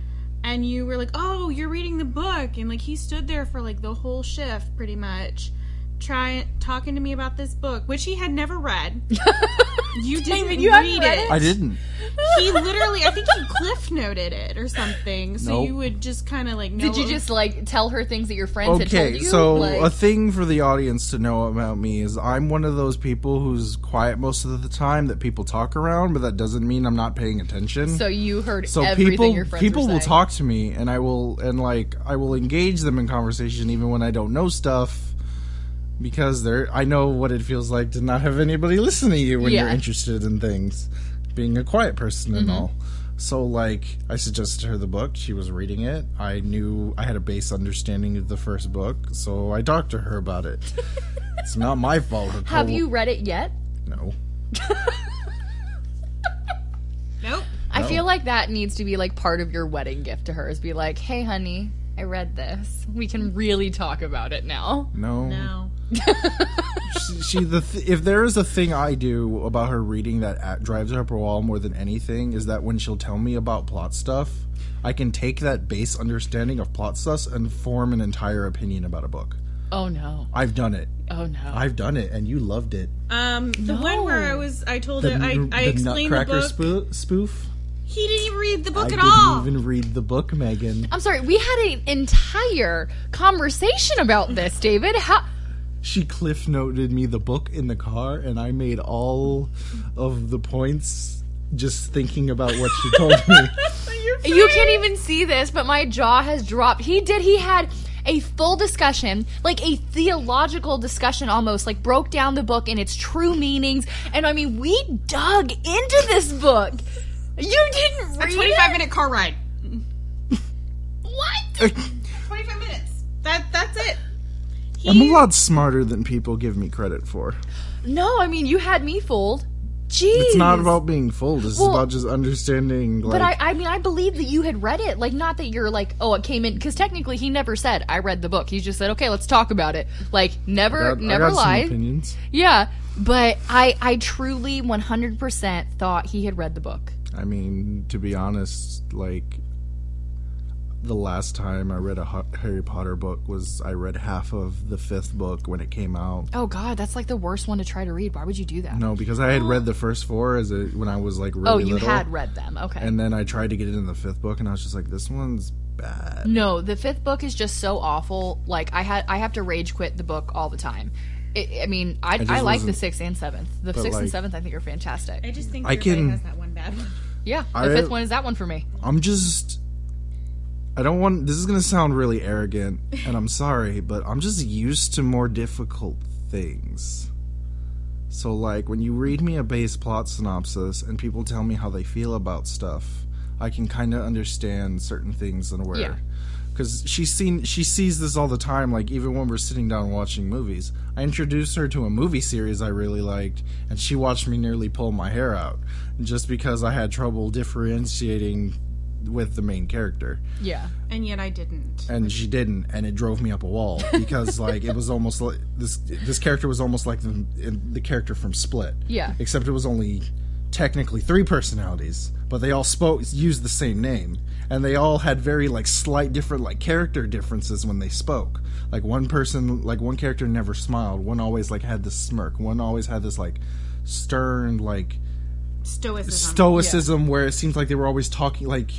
A: and you were like, "Oh, you're reading the book," and like he stood there for like the whole shift, pretty much, try talking to me about this book, which he had never read.
B: [LAUGHS]
A: You didn't
D: you hadn't
A: read
D: read
A: it.
C: I didn't.
A: He literally, I think he cliff noted it or something. So
C: Nope.
A: you would just kind of like know.
B: Did you just like tell her things that your friends had
C: Okay,
B: told you?
C: so
B: Like-
C: a thing for the audience to know about me is I'm one of those people who's quiet most of the time that people talk around, but that doesn't mean I'm not paying attention.
B: So you heard
C: So
B: everything
C: people
B: your friends
C: people
B: were
C: will
B: saying.
C: talk to me and I will and like I will engage them in conversation even when I don't know stuff because they're I know what it feels like to not have anybody listen to you when you're
B: Yeah. Mm-hmm.
C: interested in things, being a quiet person and all. So like I suggested to her the book, she was reading it. I knew I had a base understanding of the first book, so I talked to her about
B: [LAUGHS]
C: it. it's not my fault. her
B: Have
C: co-
B: you read it yet?
C: No.
A: nope.
B: I feel like that needs to be like part of your wedding gift to her is be like, hey, honey, I read this. We can really talk about it now.
C: No.
A: No.
C: she the th- if there is a thing I do about her reading that at, drives her up a wall more than anything is that when she'll tell me about plot stuff, I can take that base understanding of plot stuff and form an entire opinion about a book.
B: Oh no.
C: I've done it.
B: Oh no.
C: I've done it, and you loved it.
A: Um, the one where I was, I told it, I, I
C: the
A: explained the
C: Nutcracker
A: book.
C: spoo- spoof.
A: he didn't even read the
C: I
A: book at
C: didn't
A: all.
C: even read the book, Megan.
B: I'm sorry, we had an entire conversation about this, David. How
C: She cliff noted me the book in the car, and I made all of the points just thinking about what she told me.
B: you can't even see this, but my jaw has dropped. He did he had a full discussion, like a theological discussion almost, like broke down the book and its true meanings. And I mean, we dug into this book. You didn't read
A: A
B: it?
A: 25 minute car ride. [LAUGHS]
C: [LAUGHS]
B: What?
A: 25 minutes. That That's it.
C: I'm a
A: He-
C: lot smarter than people give me credit for.
B: No, I mean you had me fooled. Jeez.
C: It's not about being fooled. It's
B: Well,
C: about just understanding. Like,
B: But I, I mean, I believe that you had read it. Like, not that you're like, oh, it came in. Because technically, he never said I read the book. He just said, okay, let's talk about it. Like, never,
C: got- I
B: never
C: got some
B: lied.
C: opinions.
B: Yeah, but I, I truly 100% thought he had read the book.
C: I mean, to be honest, like the last time I read a Ho- Harry Potter book was I read half of the fifth book when it came out.
B: Oh God, that's like the worst one to try to read. Why would you do that?
C: No, because I had read the first four as a, when I was like really
B: oh, you
C: little,
B: had read them. Okay.
C: and then I tried to get it in the fifth book, and I was just like, this one's bad.
B: No, the fifth book is just so awful. Like I had, I have to rage quit the book all the time. It, I mean, I,
C: just
B: I, like the
C: wasn't-
B: sixth and seventh. The sixth and
C: like-
B: seventh, I think, are fantastic.
A: I just think
C: I
A: I
C: can-
A: can, has that one bad one.
B: Yeah, the
C: I-
B: fifth one is that one for me.
C: I'm just. I don't want. This is going to sound really arrogant, and I'm sorry, but I'm just used to more difficult things. So, like, when you read me a base plot synopsis and people tell me how they feel about stuff, I can kind of understand certain things and where.
B: Yeah.
C: Because she's seen, she sees this all the time. Like even when we're sitting down watching movies, I introduced her to a movie series I really liked, and she watched me nearly pull my hair out, just because I had trouble differentiating with the main character,
B: Yeah.
A: And yet I didn't.
C: and she didn't, and it drove me up a wall because like it was almost like this this character was almost like the the character from Split,
B: Yeah.
C: except it was only technically three personalities, but they all spoke used the same name, and they all had very like slight different like character differences when they spoke. Like one person, like one character never smiled. One always like had this smirk. One always had this like stern like
B: Uh-huh.
A: Stoicism.
C: stoicism where it seems like they were always talking like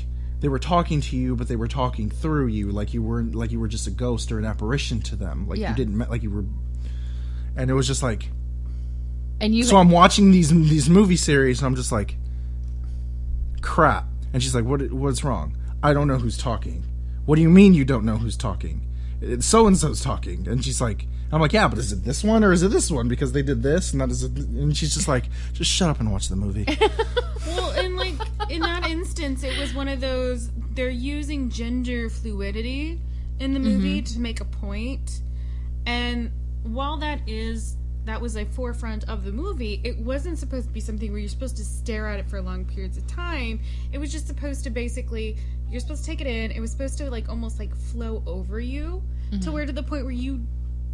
C: they were talking to you but they were talking through you like you weren't like you were just a ghost or an apparition to them like
B: Yeah.
C: you didn't ma- like you were and it was just like
B: And you
C: so I'm watching these these movie series, and I'm just like, crap. And she's like, what What's wrong? I don't know who's talking. What do you mean you don't know who's talking? So and so's talking, and she's like, I'm like, yeah, but is it this one or is it this one? Because they did this, and that is, it. and she's just like, just shut up and watch the movie.
A: Well, and like in [LAUGHS] that instance, it was one of those they're using gender fluidity in the movie to make a point. And while that is that was a forefront of the movie, it wasn't supposed to be something where you're supposed to stare at it for long periods of time. It was just supposed to basically you're supposed to take it in. It was supposed to like almost like flow over you to where to the point where you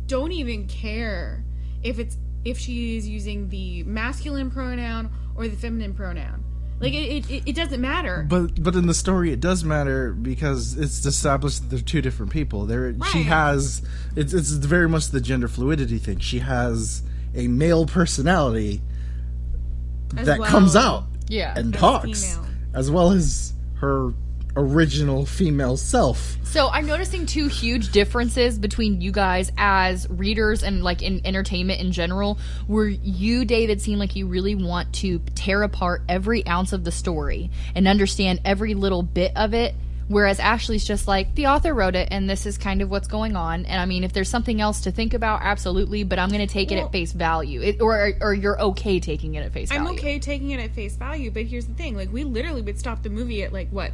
A: don't even care if it's if she's using the masculine pronoun or the feminine pronoun. Like it, it, it doesn't matter.
E: But but in the story, it does matter because it's established that they're two different people. There, she
A: Right.
E: has it's it's very much the gender fluidity thing. She has a male personality
A: As
E: that
A: well
E: comes out
B: Yeah.
E: and
A: as
E: talks,
A: female.
E: as well as her original female self.
B: So I'm noticing two huge differences between you guys as readers and like in entertainment in general, where you, David, seem like you really want to tear apart every ounce of the story and understand every little bit of it. Whereas Ashley's just like, the author wrote it and this is kind of what's going on. And I mean, if there's something else to think about, absolutely, but I'm going to take it at face value. It, or, or you're okay taking it at face
A: I'm
B: value.
A: okay taking it at face value, but here's the thing. Like we literally would stop the movie at like what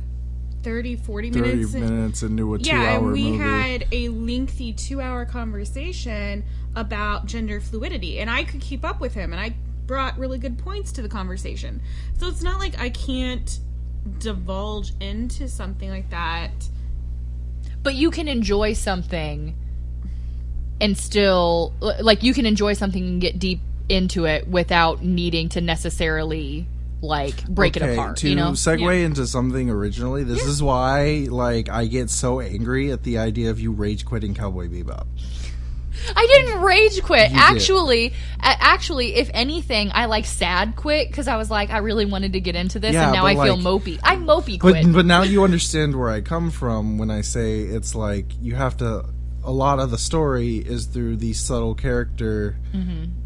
A: 30 40
C: 30
A: minutes.
C: minutes into a two
A: yeah,
C: hour
A: and we
C: movie.
A: had a lengthy 2-hour conversation about gender fluidity and I could keep up with him and I brought really good points to the conversation. So it's not like I can't divulge into something like that.
B: but you can enjoy something and still l- like you can enjoy something and get deep into it without needing to necessarily like break it
C: Okay,
B: apart
C: to
B: you know
C: segue into something originally, this is why like I get so angry at the idea of you rage quitting Cowboy Bebop.
B: i didn't rage quit actually a- actually if anything i like sad quit because i was like i really wanted to get into this
E: Yeah,
B: and now
E: but,
B: i feel
E: like-
B: mopey i mopey
E: But
B: quit
E: but now you understand where I come from when I say it's like you have to. A lot of the story is through these subtle character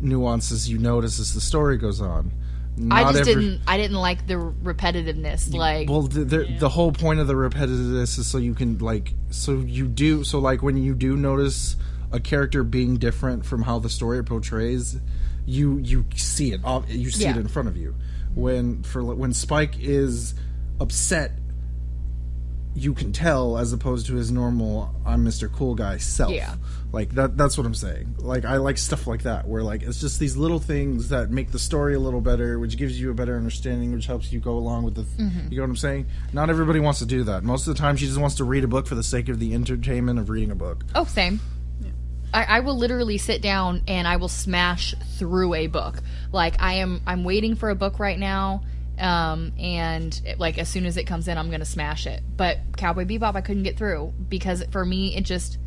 E: nuances you notice as the story goes on.
B: Mm-hmm. i
E: Not
B: just
E: every-
B: didn't i didn't like the repetitiveness like
E: Well, the, the, the whole point of the repetitiveness is so you can like, so you do, so like when you do notice a character being different from how the story portrays, you you see it, ob- you see it
B: Yeah.
E: in front of you. When for when Spike is upset, you can tell as opposed to his normal "I'm Mr. Cool Guy" self.
B: Yeah.
E: Like that that's what I'm saying. Like I like stuff like that where like it's just these little things that make the story a little better, which gives you a better understanding, which helps you go along with the you know what I'm saying? Not everybody wants to do that. Most of the time she just wants to read a book for the sake of the entertainment of reading a book.
B: Oh, same. I, I will literally sit down and I will smash through a book. Like I am, I'm waiting for a book right now, um, and it- like as soon as it comes in, I'm gonna smash it. But Cowboy Bebop, I couldn't get through because for me, it just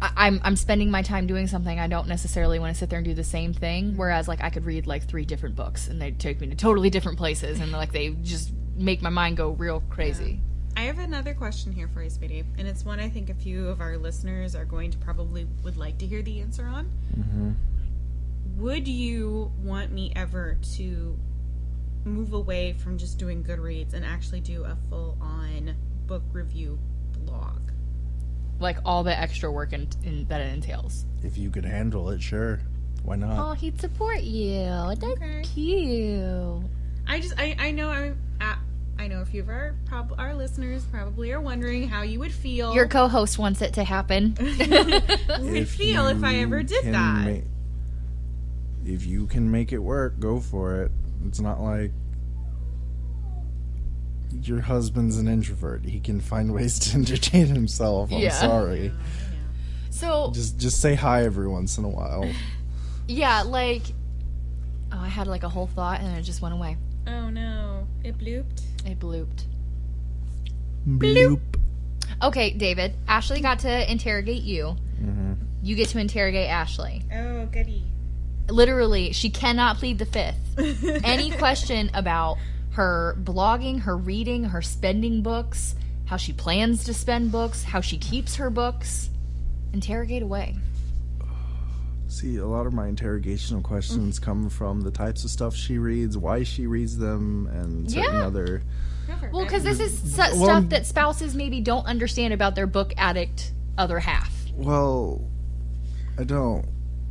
B: I, I'm I'm spending my time doing something. I don't necessarily want to sit there and do the same thing. Whereas like I could read like three different books and they take me to totally different places, and like they just make my mind go real crazy.
A: I have another question here for you, Speedy, and it's one I think a few of our listeners are going to probably would like to hear the answer on.
C: Mm-hmm.
A: Would you want me ever to move away from just doing Goodreads and actually do a full on book review blog?
B: Like all the extra work and in, that it entails.
C: If you could handle it, sure. Why not?
B: Oh, he'd support you. That's
A: Okay.
B: cute.
A: I just I, I know I'm I, I know a few of our prob- our listeners probably are wondering how you would feel
B: Your co-host wants it to [LAUGHS] happen.
A: you would feel if I
C: you
A: ever did
C: can
A: that.
C: ma- if you can make it work, go for it. It's not like your husband's an introvert. He can find ways to [LAUGHS] entertain himself. I'm
B: Yeah.
C: sorry.
B: so
C: Just just say hi every once in a while.
B: yeah, like oh, I had like a whole thought and it just went away.
A: oh no, it blooped.
B: It blooped.
C: Bloop.
B: Okay, David. Ashley got to interrogate you.
C: Mm-hmm.
B: You get to interrogate Ashley.
A: Oh [LAUGHS] goody.
B: Literally, she cannot plead the fifth. Any [LAUGHS] question about her blogging, her reading, her spending books, how she plans to spend books, how she keeps her books, interrogate away.
C: See, a lot of my interrogational questions
A: Mm.
C: come from the types of stuff she reads, why she reads them, and certain
B: Yeah.
C: other.
B: Well, because this is su-
C: I'm-
B: stuff that spouses maybe don't understand about their book addict other half.
C: Well, I don't.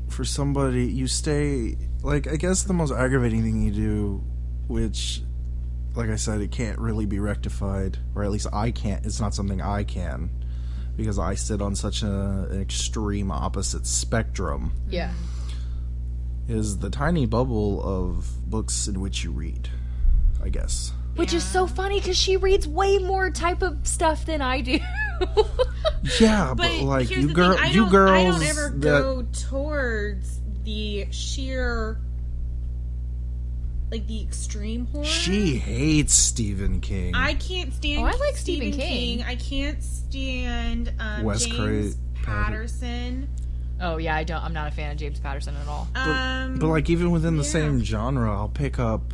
C: For somebody, you stay. Like, I guess the most aggravating thing you do, which, like I said, it can't really be rectified, or at least I can't. It's not something I can, because I sit on such a, an extreme opposite spectrum,
B: Yeah.
C: is the tiny bubble of books in which you read, I guess.
B: Which is so funny because she reads way more type of stuff than I do. [LAUGHS]
C: Yeah, but,
A: But
C: like,
A: here's
C: you,
A: the
C: girl,
A: thing, I
C: you
A: don't-
C: girls.
A: I don't ever
C: that-
A: go towards the sheer like the extreme horror.
C: She hates Stephen King.
A: I can't stand.
B: Oh, I like Stephen King.
A: I can't stand um,
C: Wes
A: James
C: Cra-
A: Patterson.
B: Oh yeah, I don't. I'm not a fan of James Patterson at all.
A: Um,
C: but like even within the
A: yeah.
C: same genre, I'll pick up.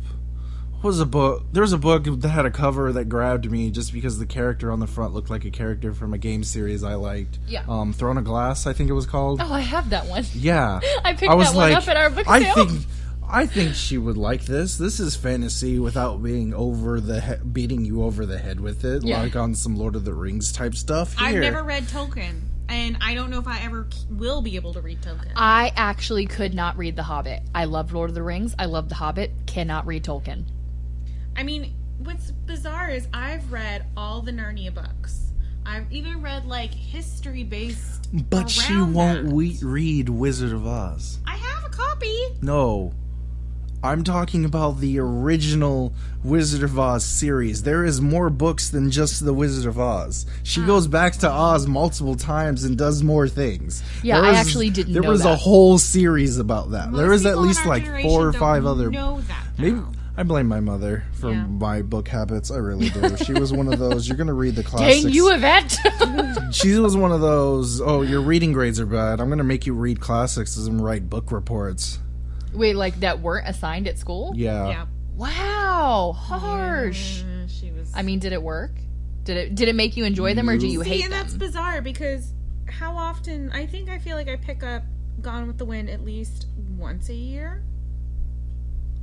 C: What was a book? There was a book that had a cover that grabbed me just because the character on the front looked like a character from a game series I liked.
B: Yeah.
C: Um, Throne of Glass, I think it was called.
B: Oh, I have that one.
C: Yeah.
B: [LAUGHS] I picked that one up at our book
C: I
B: sale.
C: think I think she would like this. This is fantasy without being over the he- beating you over the head with it,
B: Yeah.
C: like on some Lord of the Rings type stuff. Here,
A: I've never read Tolkien, and I don't know if I ever c- will be able to read Tolkien.
B: I actually could not read The Hobbit. I loved Lord of the Rings. I loved The Hobbit. Cannot read Tolkien.
A: I mean, what's bizarre is I've read all the Narnia books. I've even read like history based.
C: but she
A: around
C: won't
A: that.
C: we- read Wizard of Oz.
A: I have a copy.
C: No. I'm talking about the original Wizard of Oz series. There is more books than just the Wizard of Oz. She
A: Hmm.
C: goes back to Oz multiple times and does more things.
B: Yeah,
C: There
B: I
C: is-
B: actually didn't
C: There
B: know
C: was a
B: that.
C: whole series about that. there
A: Most
C: is at
A: people in
C: least
A: our
C: like
A: generation
C: four or
A: don't
C: five other.
A: Know that now.
C: Maybe I blame my mother for my book habits. I really do. she was one of those. You're gonna read
A: [LAUGHS]
C: the classics.
B: Dang you, Yvette!
C: she was one of those. Oh, your reading grades are bad. I'm gonna make you read classics and write book reports.
B: [LAUGHS] Wait, like that weren't assigned at school?
C: uh,
A: Yeah.
B: Wow, harsh.
A: Uh, she was.
B: I mean, did it work? Did it did it make you enjoy them or do you
A: See,
B: hate
A: and
B: them?
A: that's bizarre because how often I think I feel like I pick up Gone with the Wind at least once a year.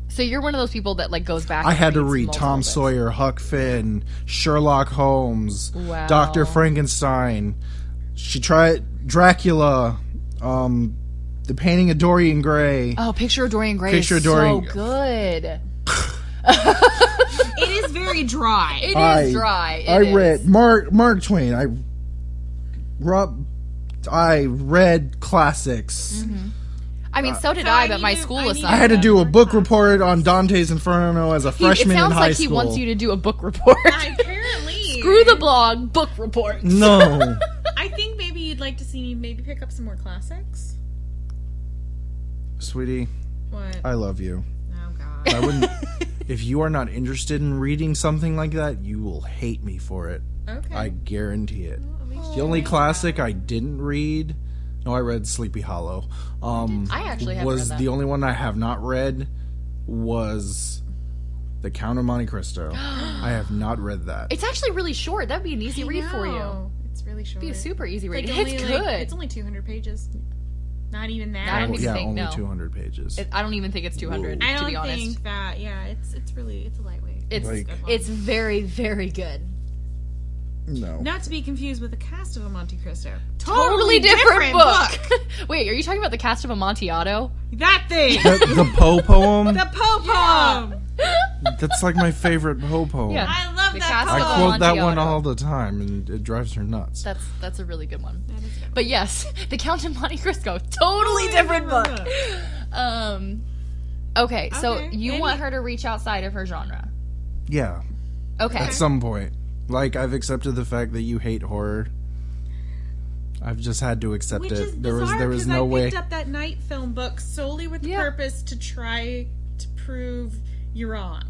B: So you're one of those people that like goes back.
C: I
B: and
C: had to
B: reads
C: read
B: multiple
C: Tom
B: books.
C: Sawyer, Huck Finn, Sherlock Holmes,
B: Wow.
C: Doctor Frankenstein. She tried Dracula, um, the painting of Dorian Gray.
B: Oh, Picture of Dorian Gray.
C: Picture
B: is
C: of Dorian-
B: so
C: [LAUGHS]
B: good. [LAUGHS]
A: It is very dry.
B: [LAUGHS] It is
C: I-
B: dry. It
C: I
B: is.
C: read Mark Mark Twain. I Rob, I read classics.
B: Mm-hmm. I mean, so did
A: So
B: I,
A: I
B: but my
A: need to- I
B: school
A: need
B: assigned.
A: to-
C: I had to do a book report on Dante's Inferno as a
B: He- it
C: freshman
B: sounds
C: in high
B: like
C: school.
B: he wants you to do a book report. [LAUGHS]
A: Apparently,
B: Screw the blog, book report. [LAUGHS]
C: no, [LAUGHS]
A: I think maybe you'd like to see me maybe pick up some more classics.
C: sweetie,
A: What?
C: I love you.
A: oh God.
C: I wouldn't. if you are not interested in reading something like that, you will hate me for it.
A: Okay.
C: I guarantee it. The only classic I didn't read, no, I read Sleepy Hollow. Um,
B: I actually haven't
C: was
B: read that.
C: the only one I have not read was The Count of Monte
B: [GASPS]
C: Cristo. I have not read that.
B: It's actually really short. That'd be an easy read for you.
A: No, It's really short.
B: Be a super easy read.
A: Like,
B: it's
A: only, like,
B: good.
A: it's only 200 pages. Not even that.
B: I don't
C: Well,
B: even
C: yeah,
B: think-
C: only
B: no.
C: 200 pages.
B: It- I don't even think it's 200
A: I
B: to
A: don't
B: be honest.
A: think that. Yeah, it's it's really it's a lightweight.
B: it's
C: Like-
B: it's very very good.
C: no.
A: Not to be confused with the cast of a Monte Cristo.
B: Totally, different, book. [LAUGHS] Wait, are you talking about the cast of Amontillado?
A: That thing.
C: The, the
B: [LAUGHS]
C: Poe poem?
A: the Poe poem.
C: That's like my favorite Poe poem.
B: Yeah.
A: I love
B: The
A: that
B: cast
A: poem.
C: I
B: of
C: quote that
B: Amontillado.
C: one all the time, and it drives her nuts.
B: [LAUGHS] That's that's a really good one.
A: is good.
B: But yes, [LAUGHS] The Count of Monte Cristo, totally different book. Um, okay, so
A: Okay,
B: you
A: maybe-
B: want her to reach outside of her genre?
C: yeah,
B: Okay,
C: at some point. Like, I've accepted the fact that you hate horror. I've just had to accept
A: Which
C: it.
A: is
C: there was
A: bizarre
C: there was
A: 'cause
C: no
A: I
C: way.
A: picked up that night film book solely with the
B: Yeah.
A: purpose to try to prove you're wrong.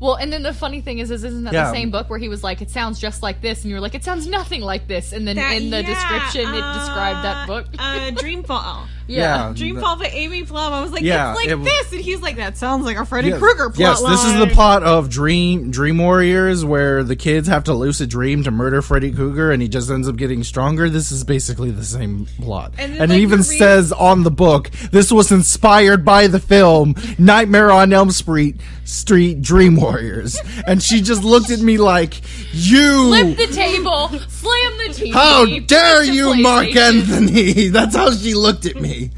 B: well, and then the funny thing is, is isn't that
C: Yeah.
B: the same book where he was like, "It sounds just like this," and you were like, "It sounds nothing like this," and then
A: That-
B: in the
A: yeah,
B: description it described that
A: uh,
B: book. [LAUGHS]
A: uh, Dreamfall.
C: yeah,
A: Dreamfall by Amy Plum. I was like,
C: Yeah,
A: it's like
C: it w-
A: this, and he's like, that sounds like a Freddy
C: Yes.
A: Krueger plot
C: Yes, this is the
A: line.
C: plot of Dream Dream Warriors, where the kids have to lucid dream to murder Freddy Krueger, and he just ends up getting stronger. This is basically the same plot,
A: And
C: and,
A: then, like,
C: it even
A: you read-
C: says on the book this was inspired by the film Nightmare on Elm Street Street Dream Warriors, and she just looked at me like, "You,
B: Flip the table, slam the TV.
C: how
B: push
C: dare
B: the
C: you, Mark
B: PlayStation.
C: Anthony?" [LAUGHS] That's how she looked at
A: [LAUGHS]
C: me,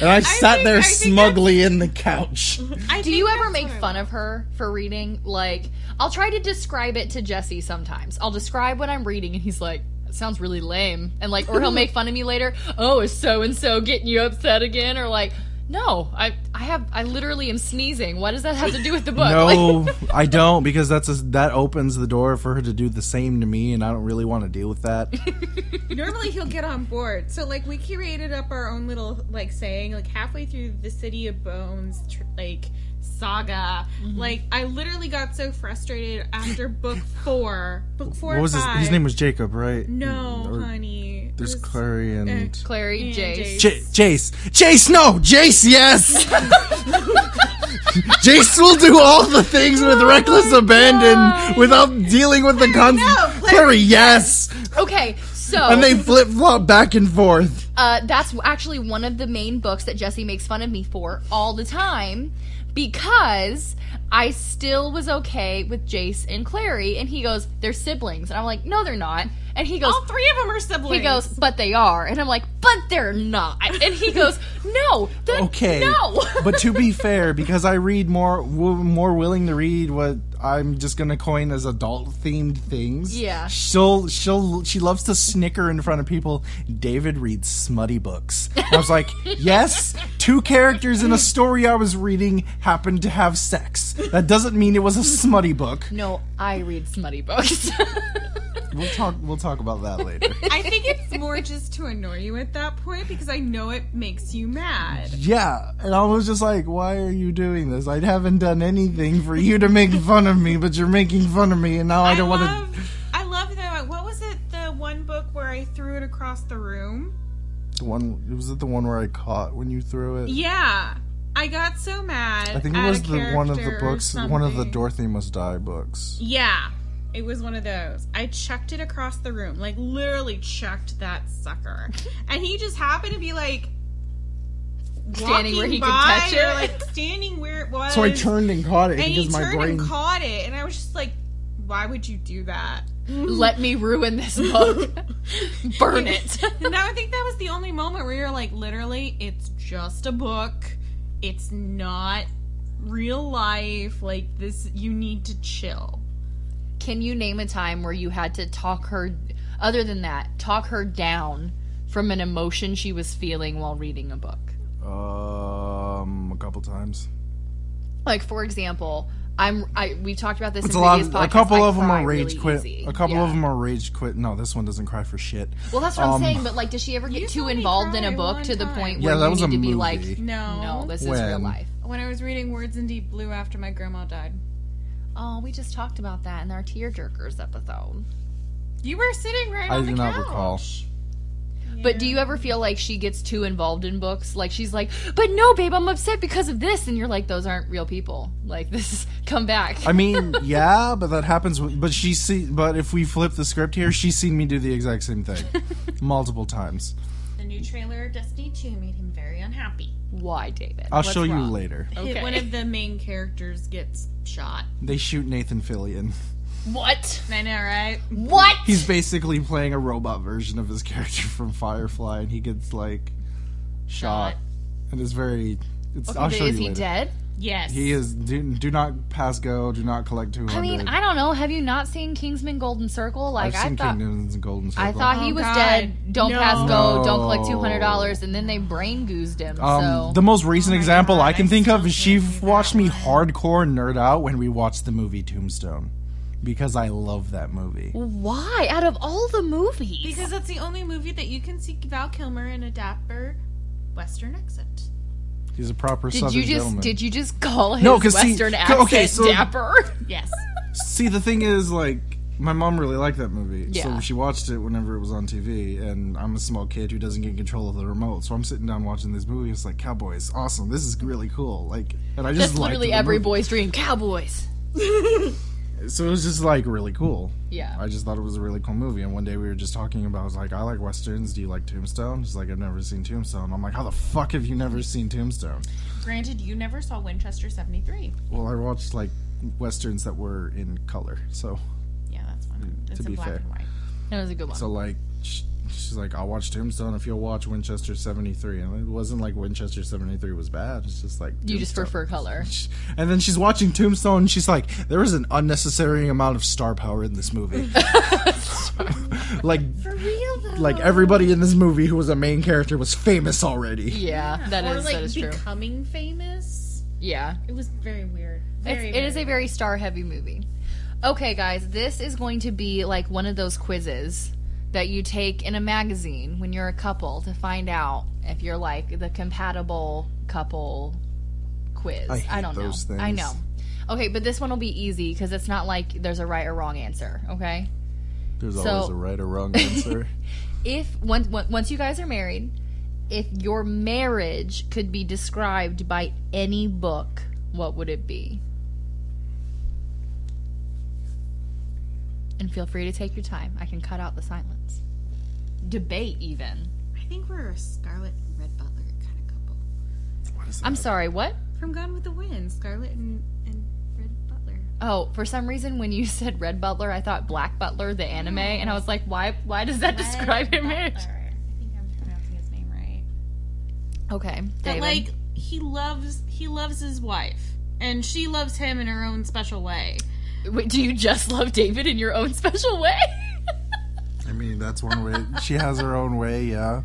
C: and I sat
A: think-
C: there
A: I think that's-
C: smugly in the couch.
A: I
B: Do
A: think
B: you ever
A: that's
B: make
A: what I
B: fun
A: want.
B: of her for reading? Like, I'll try to describe it to Jesse sometimes. I'll describe what I'm reading, and he's like, "That sounds
A: [LAUGHS]
B: really lame," and like, or he'll make fun of me later. Oh, is so and so getting you upset again? Or like, No, I I have I literally am sneezing. What does that have to do with the book?
C: No,
B: Like- [LAUGHS]
C: I don't because that's a, that opens the door for her to do the same to me, and I don't really want to deal with
A: [LAUGHS]
C: that.
A: Normally he'll get on board. So like we curated up our own little like saying like halfway through the City of Bones tr- like saga.
C: Mm-hmm.
A: Like I literally got so frustrated after book four. Book four.
C: what was
A: or
C: his,
A: five,
C: his name? Was Jacob, right?
A: No,
C: Or-
A: honey.
C: There's
A: It was-
C: Clary and
A: Uh,
B: Clary
A: and
B: Jace.
A: Jace.
C: J- Jace. Jace, no, Jace, yes. [LAUGHS] Jace will do all the things
A: [LAUGHS] Oh
C: with reckless abandon without dealing with the cons.
A: know,
C: Clary, yes,
B: Okay, so
C: and they flip flop back and forth.
B: uh, that's actually one of the main books that Jesse makes fun of me for all the time because I still was okay with Jace and Clary, and he goes, "They're siblings," and I'm like, "No, they're not," and he goes.
A: All three of them are siblings.
B: he goes, but they are, and I'm like, but they're not. And he goes, no, that,
C: Okay,
B: no.
C: [LAUGHS] but to be fair, because I read more, w- more willing to read what I'm just gonna coin as adult themed things.
B: Yeah.
C: she'll she'll she loves to snicker in front of people. David reads smutty books. I was like, [LAUGHS] yes, two characters in a story I was reading happened to have sex. That doesn't mean it was a smutty book.
B: [LAUGHS] no, I read smutty
C: [LAUGHS]
B: books.
C: We'll talk. We'll talk about that later.
A: [LAUGHS] I think it's more just to annoy you at that point because I know it makes you mad.
C: Yeah, and I was just like, "Why are you doing this? I haven't done anything for you to make fun of me, but you're making fun of me, and now I don't want to."
A: love- I love that. What was it? The one book where I threw it across the room.
C: The one was it the one where I caught when you threw it?
A: Yeah, I got so mad.
C: I think it
A: at
C: was
A: a
C: the one of the
A: character or
C: books, one of the
A: something.
C: Dorothy Must Die books.
A: Yeah, it was one of those. I chucked it across the room, like literally chucked
C: [LAUGHS]
A: that sucker, and he just happened to be like
B: Standing where
A: walking
B: he could
A: by
B: touch
A: or,
B: it.
A: like standing where it was.
C: So I turned and caught it
A: and he
C: because my
A: turned
C: brain.
A: and caught it, and I was just like, "Why would you do that?"
B: Let me ruin this
A: [LAUGHS]
B: book. Burn it.
A: And I think that was
B: [LAUGHS]
A: the only moment where you're like, literally, it's just a book. It's not real life. Like this, you need to chill.
B: Can you name a time where you had to talk her, other than that, talk her down from an emotion she was feeling while reading a book?
C: um, a couple times.
B: Like, for example, I'm. I we talked about this
C: It's a
B: in
C: lot.
B: previous podcasts.
C: a couple
B: I
C: of them
B: cry
C: are rage
B: really
C: quit.
B: easy.
C: A couple
B: Yeah.
C: of them are rage quit. No, this one doesn't cry for shit.
B: Well, that's what
C: um,
B: I'm saying. But like, does she ever
A: You
B: get too
A: saw me
B: involved in a
A: cry
B: book
A: one
B: to the
A: time.
B: point
C: Yeah,
B: where
C: that
B: you
C: was
B: need
C: a
B: to be
C: movie.
B: like,
A: No.
B: no, this is real
C: When?
B: life.
A: When I was reading Words in Deep Blue after my grandma died,
B: Oh, we just talked about that in our tearjerkers episode.
A: you were sitting right
C: I
A: on the
C: do not
A: couch.
C: recall.
B: But do you ever feel like she gets too involved in books? Like she's like, but no, babe, I'm upset because of this, and you're like, those aren't real people. Like this, is, [LAUGHS] come back.
C: I
B: [LAUGHS]
C: mean, yeah, but that happens. w- But she see. But if we flip the script here, she's seen me do the exact same
B: [LAUGHS]
C: thing multiple times.
A: The new trailer of Destiny 2 made him very unhappy.
B: Why, David?
C: I'll
B: What's
C: show you
B: wrong?
C: later.
B: Okay.
A: One of the main characters gets shot.
C: They shoot Nathan Fillion.
B: What?
A: I know, right?
B: What?
C: He's basically playing a robot version of his character from Firefly, and he gets like shot, and it's very. It's,
B: Okay,
C: I'll
B: but
C: show
B: is
C: you
B: he
C: later.
B: dead?
A: Yes.
C: He is. Do, do not pass go. Do not collect two hundred.
B: I mean, I don't know. Have you not seen Kingsman: Golden Circle? Like
C: I've
B: I
C: seen
B: thought.
C: Kingdoms and Golden Circle.
B: I thought he
A: Oh,
B: was
A: God.
B: dead. Don't
A: No.
B: pass go. Don't collect
C: No.
B: two hundred dollars, and then they brain goosed him.
C: Um,
B: so oh
C: the most recent example
A: God,
C: I can
A: I
C: think of
A: still
C: is she
A: can't do
C: watched
A: that
C: me
A: one.
C: hardcore nerd out when we watched the movie Tombstone because I love that movie.
B: why? Out of all the movies,
A: Because that's the only movie that you can see Val Kilmer in a dapper Western accent.
C: He's a proper
B: did
C: Southern
B: you just
C: gentleman.
B: did you just call his
C: No, 'cause see-
B: Western
C: c-
B: accent
C: okay, [LAUGHS] so-
B: dapper? [LAUGHS]
A: Yes.
C: See, the thing is, like, my mom really liked that movie,
B: Yeah.
C: so she watched it whenever it was on TV. And I'm a small kid who doesn't get control of the remote, so I'm sitting down watching this movie. It's like Cowboys, awesome. This is really cool. Like, and I just
B: That's
C: liked
B: literally
C: the
B: every
C: movie.
B: boy's dream. Cowboys.
C: So it was just like really cool.
B: Yeah.
C: I just thought it was a really cool movie. And one day we were just talking about, I was like, I like westerns. Do you like Tombstone? She's like, I've never seen Tombstone. I'm like, how the fuck have you never seen Tombstone?
A: Granted, you never saw Winchester 73.
C: Well, I watched like westerns that were in color. So,
A: Yeah, that's fine. It's
C: Mm, to
A: in
C: be
A: black
C: fair.
A: and white.
B: That was a good one.
C: so like, sh- she's like, I'll watch Tombstone if you'll watch Winchester 73. And it wasn't like Winchester 73 was bad. It's just like,
B: you just
C: Tombstone.
B: prefer color.
C: [LAUGHS] And then she's watching Tombstone and she's like, there is an
B: [LAUGHS]
C: unnecessary amount of star power in this movie. like,
A: For real?
C: like everybody in this movie who was a main character was famous already.
B: Yeah, that
F: or
B: is
F: like
B: that is true.
F: becoming famous.
B: Yeah.
F: It was very weird.
B: It's,
F: Very,
B: it is a very star heavy movie. Okay, guys, this is going to be like one of those quizzes that you take in a magazine when you're a couple to find out if you're like the compatible couple quiz.
C: I hate
B: don't
C: those
B: know. I
C: things.
B: know. Okay, but this one will be easy because it's not like there's a right or wrong answer. Okay.
C: There's
B: So-
C: always a right or wrong answer.
B: if once on- once you guys are married, if your marriage could be described by any book, what would it be? And feel free to take your time. I can cut out the silence. Debate even.
A: I think we're a Scarlet and Red Butler kind of couple.
B: I'm sorry, what?
A: From Gone with the Wind, Scarlet and, and Red Butler.
B: Oh, for some reason when you [LAUGHS] said Red Butler, I thought Black Butler the anime and I was like, why why does that describe your marriage?
F: I think I'm pronouncing his name right.
B: [LAUGHS] Okay.
A: But
B: David.
A: like he loves he loves his wife. And she loves him in her own special way.
B: Wait, do you just love David in your own [LAUGHS] special way?
C: I mean, that's one way. She has her own way, yeah.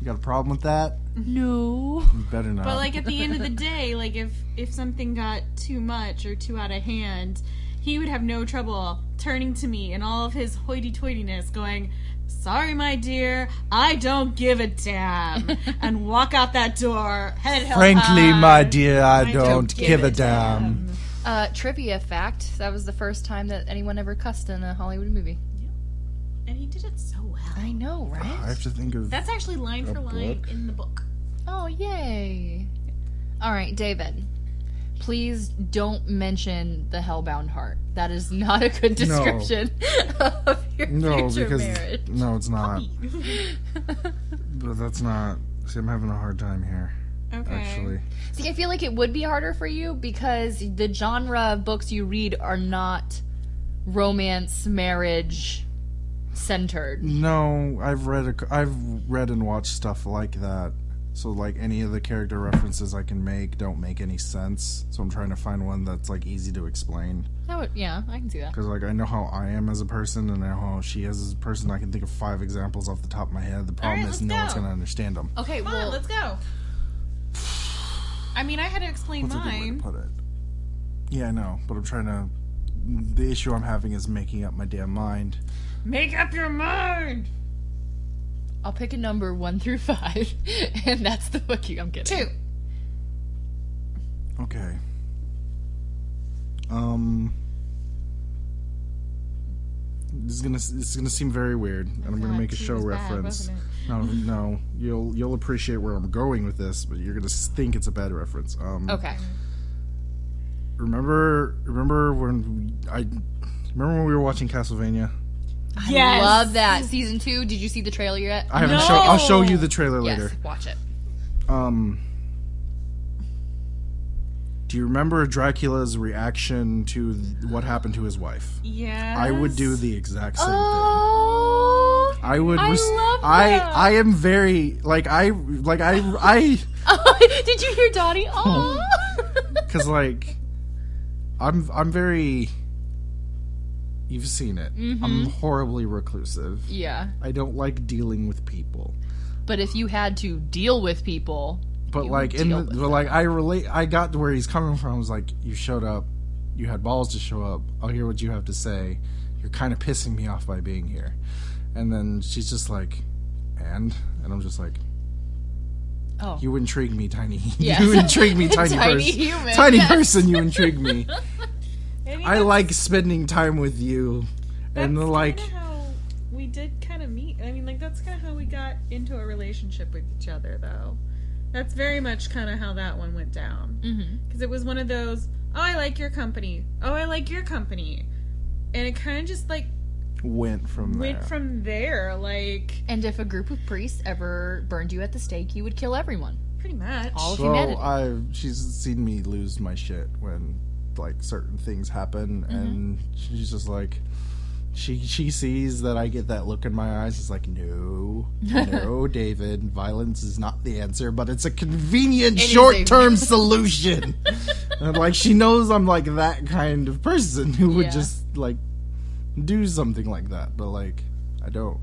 C: You got a problem with that?
B: no.
C: You better not.
A: But like at the
C: [LAUGHS]
A: end of the day, like if if something got too much or too out of hand, he would have no trouble turning to me and all of his hoity-toityness going, "Sorry, my dear, I don't give a
C: [LAUGHS]
A: damn," and walk out that door head held
C: Frankly,
A: high.
C: my dear, I, don't, give, a damn.
B: Uh, trivia fact: That was the first time that anyone ever cussed in a Hollywood movie.
A: And he did it so well.
B: I know,
C: I
B: right?
C: have to think of.
A: That's actually line for line
C: book?
A: in the book.
B: Oh, yay! All right, David. Please don't mention the Hellbound Heart. That is not a good description [LAUGHS] of your
C: [LAUGHS] no,
B: future
C: because
B: marriage.
C: no, it's not. But that's not. See, I'm having a hard time here.
A: [LAUGHS] Okay.
C: Actually,
B: [LAUGHS] See, I feel like it would be harder for you because the genre of books you read are not romance, marriage
C: Mm.
B: centered.
C: no. I've read. A, I've read and watched stuff like that. So like any of the character references I can make don't make any sense. So I'm trying to find one that's like easy to explain.
B: That would, yeah, I can see that.
C: Because like I know how I am as a person, and I know how she is as a person. I can think of five examples off the top of my head. The problem
A: right,
C: is
A: let's
C: no one's
A: go.
C: gonna understand them.
B: Okay,
A: Come
B: well,
A: on, let's go. I mean, I had to explain
C: What's a good way to
A: mine.
C: put it? Yeah, I know, but I'm trying to. The issue I'm having is making up my damn mind.
A: Make up your mind.
B: I'll pick a number one through five, [LAUGHS] and that's the book you. I'm
A: Two.
B: kidding.
C: Okay. Um. This is gonna. It's gonna seem very weird, and I'm gonna
A: God,
C: make a
A: two
C: show
A: was bad,
C: reference.
A: wasn't
C: no, no, you'll you'll appreciate where I'm going with this, but you're gonna s- think it's a bad reference. Um.
B: Okay.
C: Remember, remember when I remember when we were watching Castlevania.
A: Yes.
B: Love that season two. Did you see the trailer yet?
C: I haven't show. I'll show you
A: No.
C: the trailer
B: yes.
C: later.
B: Watch it.
C: Um, do you remember Dracula's reaction to th- what happened to his wife?
A: Yeah.
C: I would do the exact same thing.
B: Oh.
C: I would.
B: I
C: res-
B: love
C: I
B: that.
C: I am very like I like I I
B: [LAUGHS]
C: Hmm.
B: Did you hear Dottie? Oh.
C: [LAUGHS] because like I'm I'm very. You've seen it.
B: Mm-hmm.
C: I'm horribly reclusive.
B: yeah.
C: I don't like dealing with people.
B: But if you had to deal with people,
C: But
B: You
C: like in
B: deal
C: the,
B: with
C: but like I relate I got to where he's coming from. I was like, you showed up, you had balls to show up. I'll hear what you have to say. You're kind of pissing me off by being here. And then she's just like, and and I'm just like,
B: oh.
C: you intrigue me, tiny. [LAUGHS]
B: Yes.
C: you intrigue
B: [LAUGHS]
C: me, tiny,
B: Tiny
C: person.
B: human,
C: Tiny
B: yes.
C: person, you intrigue
B: [LAUGHS]
C: me.
A: Maybe
C: I
A: that's-
C: like spending time with you. and the
A: that's
C: like,
A: kinda how we did kind of meet. I mean, like that's kind of how we got into a relationship with each other, though. That's very much kind of how that one went down.
B: Mm-hmm.
A: Because it was one of those, oh, I like your company. Oh, I like your company. And it kind of just like
C: went from there.
A: went from there, like
B: And if a group of priests ever burned you at the stake, you would kill [LAUGHS] everyone.
A: pretty much.
B: All of humanity.
C: Well, I've she's seen me lose my shit when like certain things happen,
B: Mm-hmm.
C: and she's just like, she she sees that I get that look in my eyes. It's like, no,
B: [LAUGHS]
C: no, David, violence is not the answer, but it's a convenient
B: is a-
C: short
B: [LAUGHS]
C: term solution. and like she knows I'm like that kind of person who would
B: Yeah.
C: just like do something like that, but like I don't.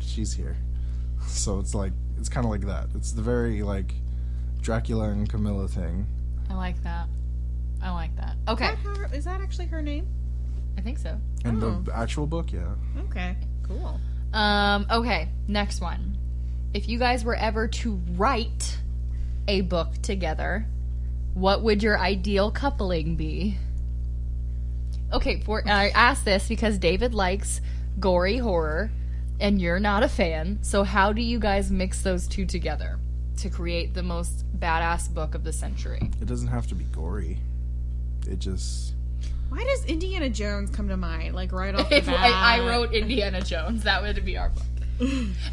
C: she's here. So it's like it's kind of like that. It's the very like Dracula and Camilla thing.
B: I like that. I like that. Okay.
A: Is that her- Is that actually her name?
B: I think so.
C: And the actual book, yeah.
A: Okay. Cool.
B: Um, okay, next one. If you guys were ever to write a book together, what would your ideal coupling be? Okay, for I asked this because David likes gory horror and you're not a fan. So how do you guys mix those two together to create the most badass book of the century?
C: It doesn't have to be gory. It just
A: Why does Indiana Jones come to mind? Like right [LAUGHS] off the
B: If
A: bat.
B: I, I wrote Indiana Jones, that would be our book.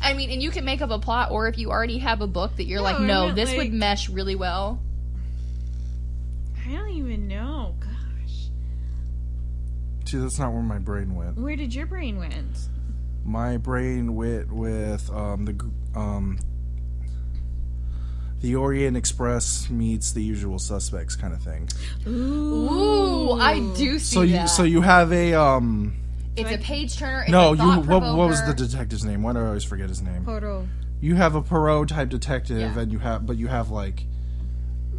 B: I mean, and you can make up a plot, or if you already have a book that you're like,
A: I
B: no,
A: meant,
B: this would
A: like-
B: mesh really well.
A: I don't even know. Gosh,
C: See, that's not where my brain went.
A: where did your brain went?
C: My brain went with um, the gr- um, the Orient Express meets the Usual Suspects kind of thing.
B: Ooh, I do see
C: So you
B: that.
C: so you have a um
B: it's a page turner. It's
C: no you
B: a
C: what,
B: thought-provoker.
C: what was the detective's name? Why do I always forget his name?
A: Poro.
C: You have a Perot type detective,
B: Yeah.
C: and you have but you have like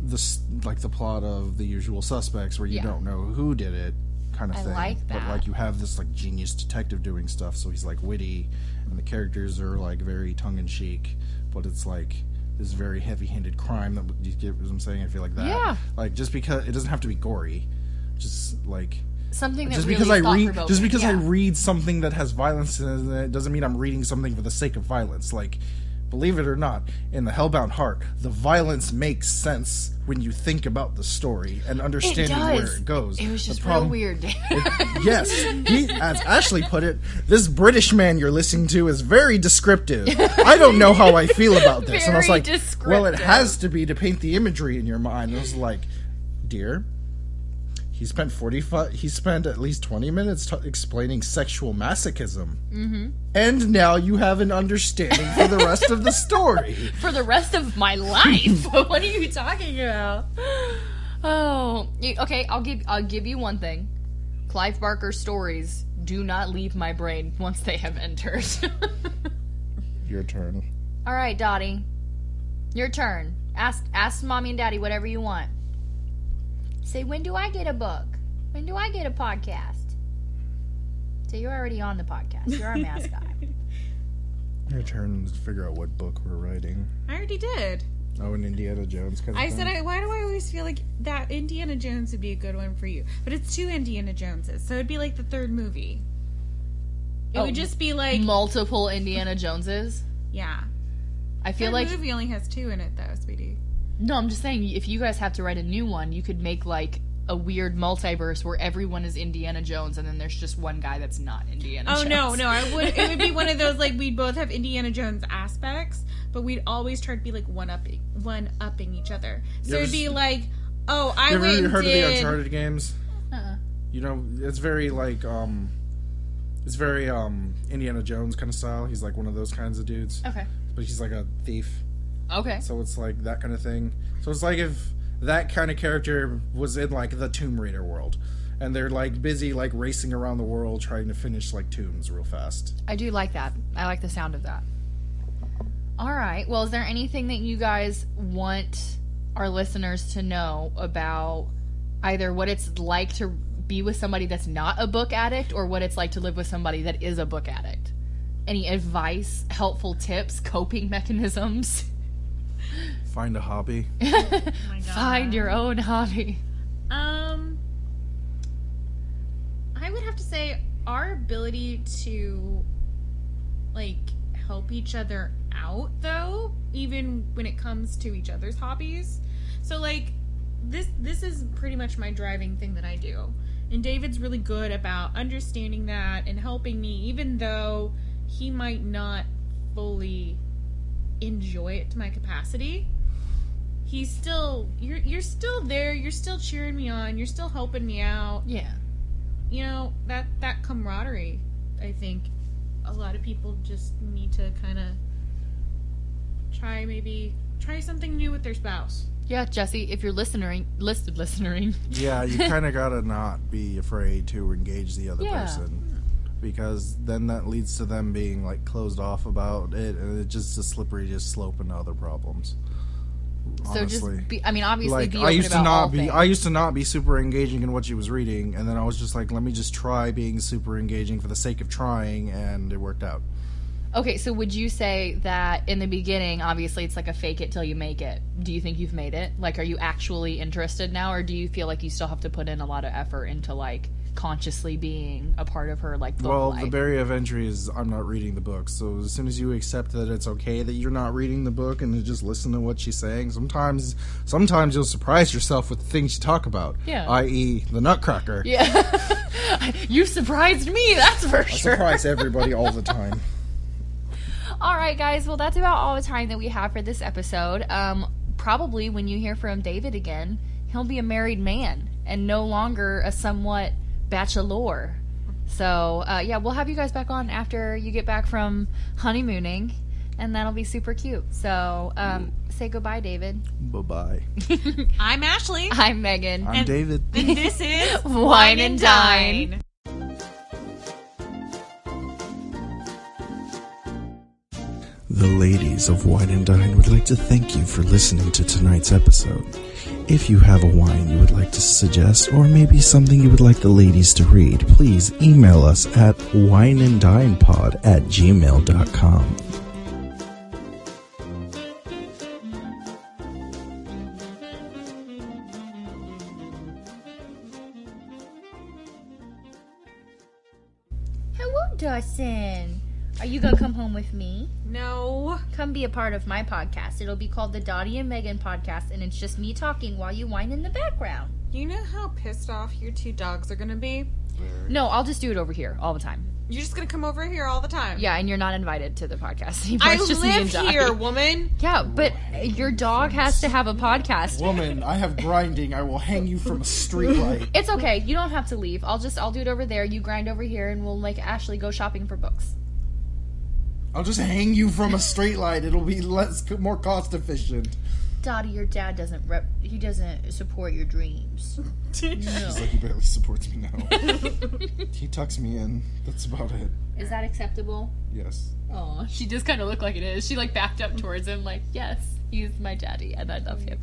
C: the s- like the plot of the Usual Suspects where you
B: Yeah.
C: don't know who did it kind of
B: I
C: thing.
B: like that.
C: But like you have this like genius detective doing stuff, so he's like witty, and the characters are like very tongue in cheek, but it's like. This very heavy-handed crime that you get what I'm saying. I feel like that.
B: Yeah.
C: Like just because it doesn't have to be gory, just like
B: something that
C: just
B: really
C: because I read
B: thought-provoking.
C: just because I
B: Yeah.
C: read something that has violence in it doesn't mean I'm reading something for the sake of violence. Like, believe it or not, in the Hellbound Heart, the violence makes sense when you think about the story and understanding where
B: does.
C: it goes.
B: it was
C: The
B: just real
C: problem-
B: weird.
C: Yes, he, as Ashley put it, this British man you're listening to is very descriptive. I don't know how I feel about this, and I was
B: Very
C: like, "Well, it
B: descriptive.
C: has to be to paint the imagery in your mind." I was like, "Dear, he spent 45 he spent at least 20 minutes t- explaining sexual masochism mm-hmm. and now you have an understanding for the rest of the story
B: [LAUGHS] for the rest of my life. [LAUGHS] what are you talking about? Oh, you, okay. I'll give I'll give you one thing. Clive Barker stories do not leave my brain once they have entered.
C: [LAUGHS]
B: [LAUGHS]
C: your turn
B: All right, Dottie, your turn. Ask ask mommy and daddy whatever you want. Say when do I get a book? When do I get a podcast? So you're already on the podcast. You're our
A: [LAUGHS]
B: mascot.
C: your turn to figure out what book we're writing
A: I already did.
C: oh an indiana jones kind of
A: I said, I, why do I always feel like that Indiana Jones would be a good one for you? But it's two Indiana Joneses, so it'd be like the third movie. It
B: Oh,
A: would just be like,
B: Multiple Indiana Joneses.
A: yeah.
B: I feel
A: Third
B: like
A: movie only has two in it, though,
C: [LAUGHS]
A: sweetie.
B: No, I'm just saying if you guys have to write a new one, you could make like a weird multiverse where everyone is Indiana Jones and then there's just one guy that's not Indiana
A: Oh
B: Jones.
A: no, no, I would. It would
C: [LAUGHS]
A: be one of those like we'd both have Indiana Jones aspects, but we'd always try to be like one upping, one upping each other. So
C: ever
A: it'd be
C: s-
A: like, oh, I
C: you ever
A: went and
C: heard
A: did.
C: of the uncharted games
B: [LAUGHS] Uh-uh.
C: you know it's very like um it's very um indiana jones kind of style he's like one of those kinds of dudes
B: Okay.
C: but he's like a thief
B: Okay.
C: So it's like that kind of thing. So it's like if that kind of character was in like the Tomb Raider world, and they're like busy like racing around the world trying to finish like tombs real fast.
B: I do like that. I like the sound of that. All right. Well, is there anything that you guys want our listeners to know about either what it's like to be with somebody that's not a book addict or what it's like to live with somebody that is a book addict? Any advice, helpful tips, coping [LAUGHS] mechanisms?
C: Find a hobby.
B: Oh [LAUGHS] Find your own hobby.
A: Um, I would have to say our ability to like help each other out, though, even when it comes to each other's hobbies. So like this this is pretty much my driving thing that I do. And David's really good about understanding that and helping me even though he might not fully enjoy it to my capacity he's still you're you're still there you're still cheering me on you're still helping me out
B: Yeah.
A: you know that that camaraderie i think a lot of people just need to kind of try maybe try something new with their spouse
B: Yeah, Jesse, if you're listening, listed listening. [LAUGHS]
C: Yeah, you kind of gotta not be afraid to engage the other
B: Yeah.
C: person. because then that leads to them being like closed off about it, and it's just a slippery just slope into other problems.
B: So just be, I mean, obviously,
C: like
B: be
C: I
B: open
C: used to
B: about
C: not
B: all
C: be
B: things.
C: I used to not be super engaging in what she was reading, and then I was just like, let me just try being super engaging for the sake of trying, and it worked out.
B: okay, so would you say that in the beginning, obviously, it's like a fake it till you make it? Do you think you've made it? Like, are you actually interested now, or do you feel like you still have to put in a lot of effort into like consciously being a part of her like love
C: Well,
B: life?
C: the barrier of entry is I'm not reading the book. So as soon as you accept that it's okay that you're not reading the book and you just listen to what she's saying, sometimes sometimes you'll surprise yourself with the things you talk about.
B: Yeah.
C: I.e. the Nutcracker.
B: yeah, [LAUGHS] you surprised me. That's for sure.
C: Surprise everybody all the
B: [LAUGHS]
C: time.
B: All right, guys. Well, that's about all the time that we have for this episode. Um, probably when you hear from David again, he'll be a married man and no longer a somewhat bachelor. So, uh, yeah, we'll have you guys back on after you get back from honeymooning, and that'll be super cute. So, um,
G: Mm.
B: say
G: [LAUGHS]
B: goodbye, David.
C: bye bye.
A: I'm
B: [LAUGHS]
A: Ashley.
B: I'm Megan.
C: I'm David.
A: and this is
B: Wine and Dine.
H: The ladies of Wine and Dine would like to thank you for listening to tonight's episode. If you have a wine you would like to suggest, or maybe something you would like the ladies to read, please email us at wineanddinepod at gmail.com.
G: Hello, Dawson. Are you gonna come home with me?
A: No.
G: Come be a part of my podcast. It'll be called the Dottie and Megan Podcast, and it's just me talking while you whine in the background.
A: You know how pissed off your two dogs are gonna be?
B: No, I'll just do it over here all the time.
A: You're just gonna come over here all the time.
B: Yeah, and you're not invited to the podcast [LAUGHS] anymore.
A: I
B: It's just me
A: live
B: and Dottie.
A: here, woman.
B: [LAUGHS] Yeah, but your dog has to have a podcast.
C: Woman, I have grinding. I will hang you from a streetlight.
B: It's okay. You don't have to leave. I'll just I'll do it over there. You grind over here, and we'll like Ashley go shopping for books.
C: I'll just hang you from a streetlight. It'll be less more cost efficient.
G: Dottie, your dad doesn't rep. He doesn't support your
B: [LAUGHS]
G: dreams.
C: He's like he barely supports me now. [LAUGHS] he tucks me in. That's about it.
G: Is that acceptable?
C: Yes.
B: Oh, she just kind of looked like it is. She like backed up towards him, like yes, he's my daddy, and I love him.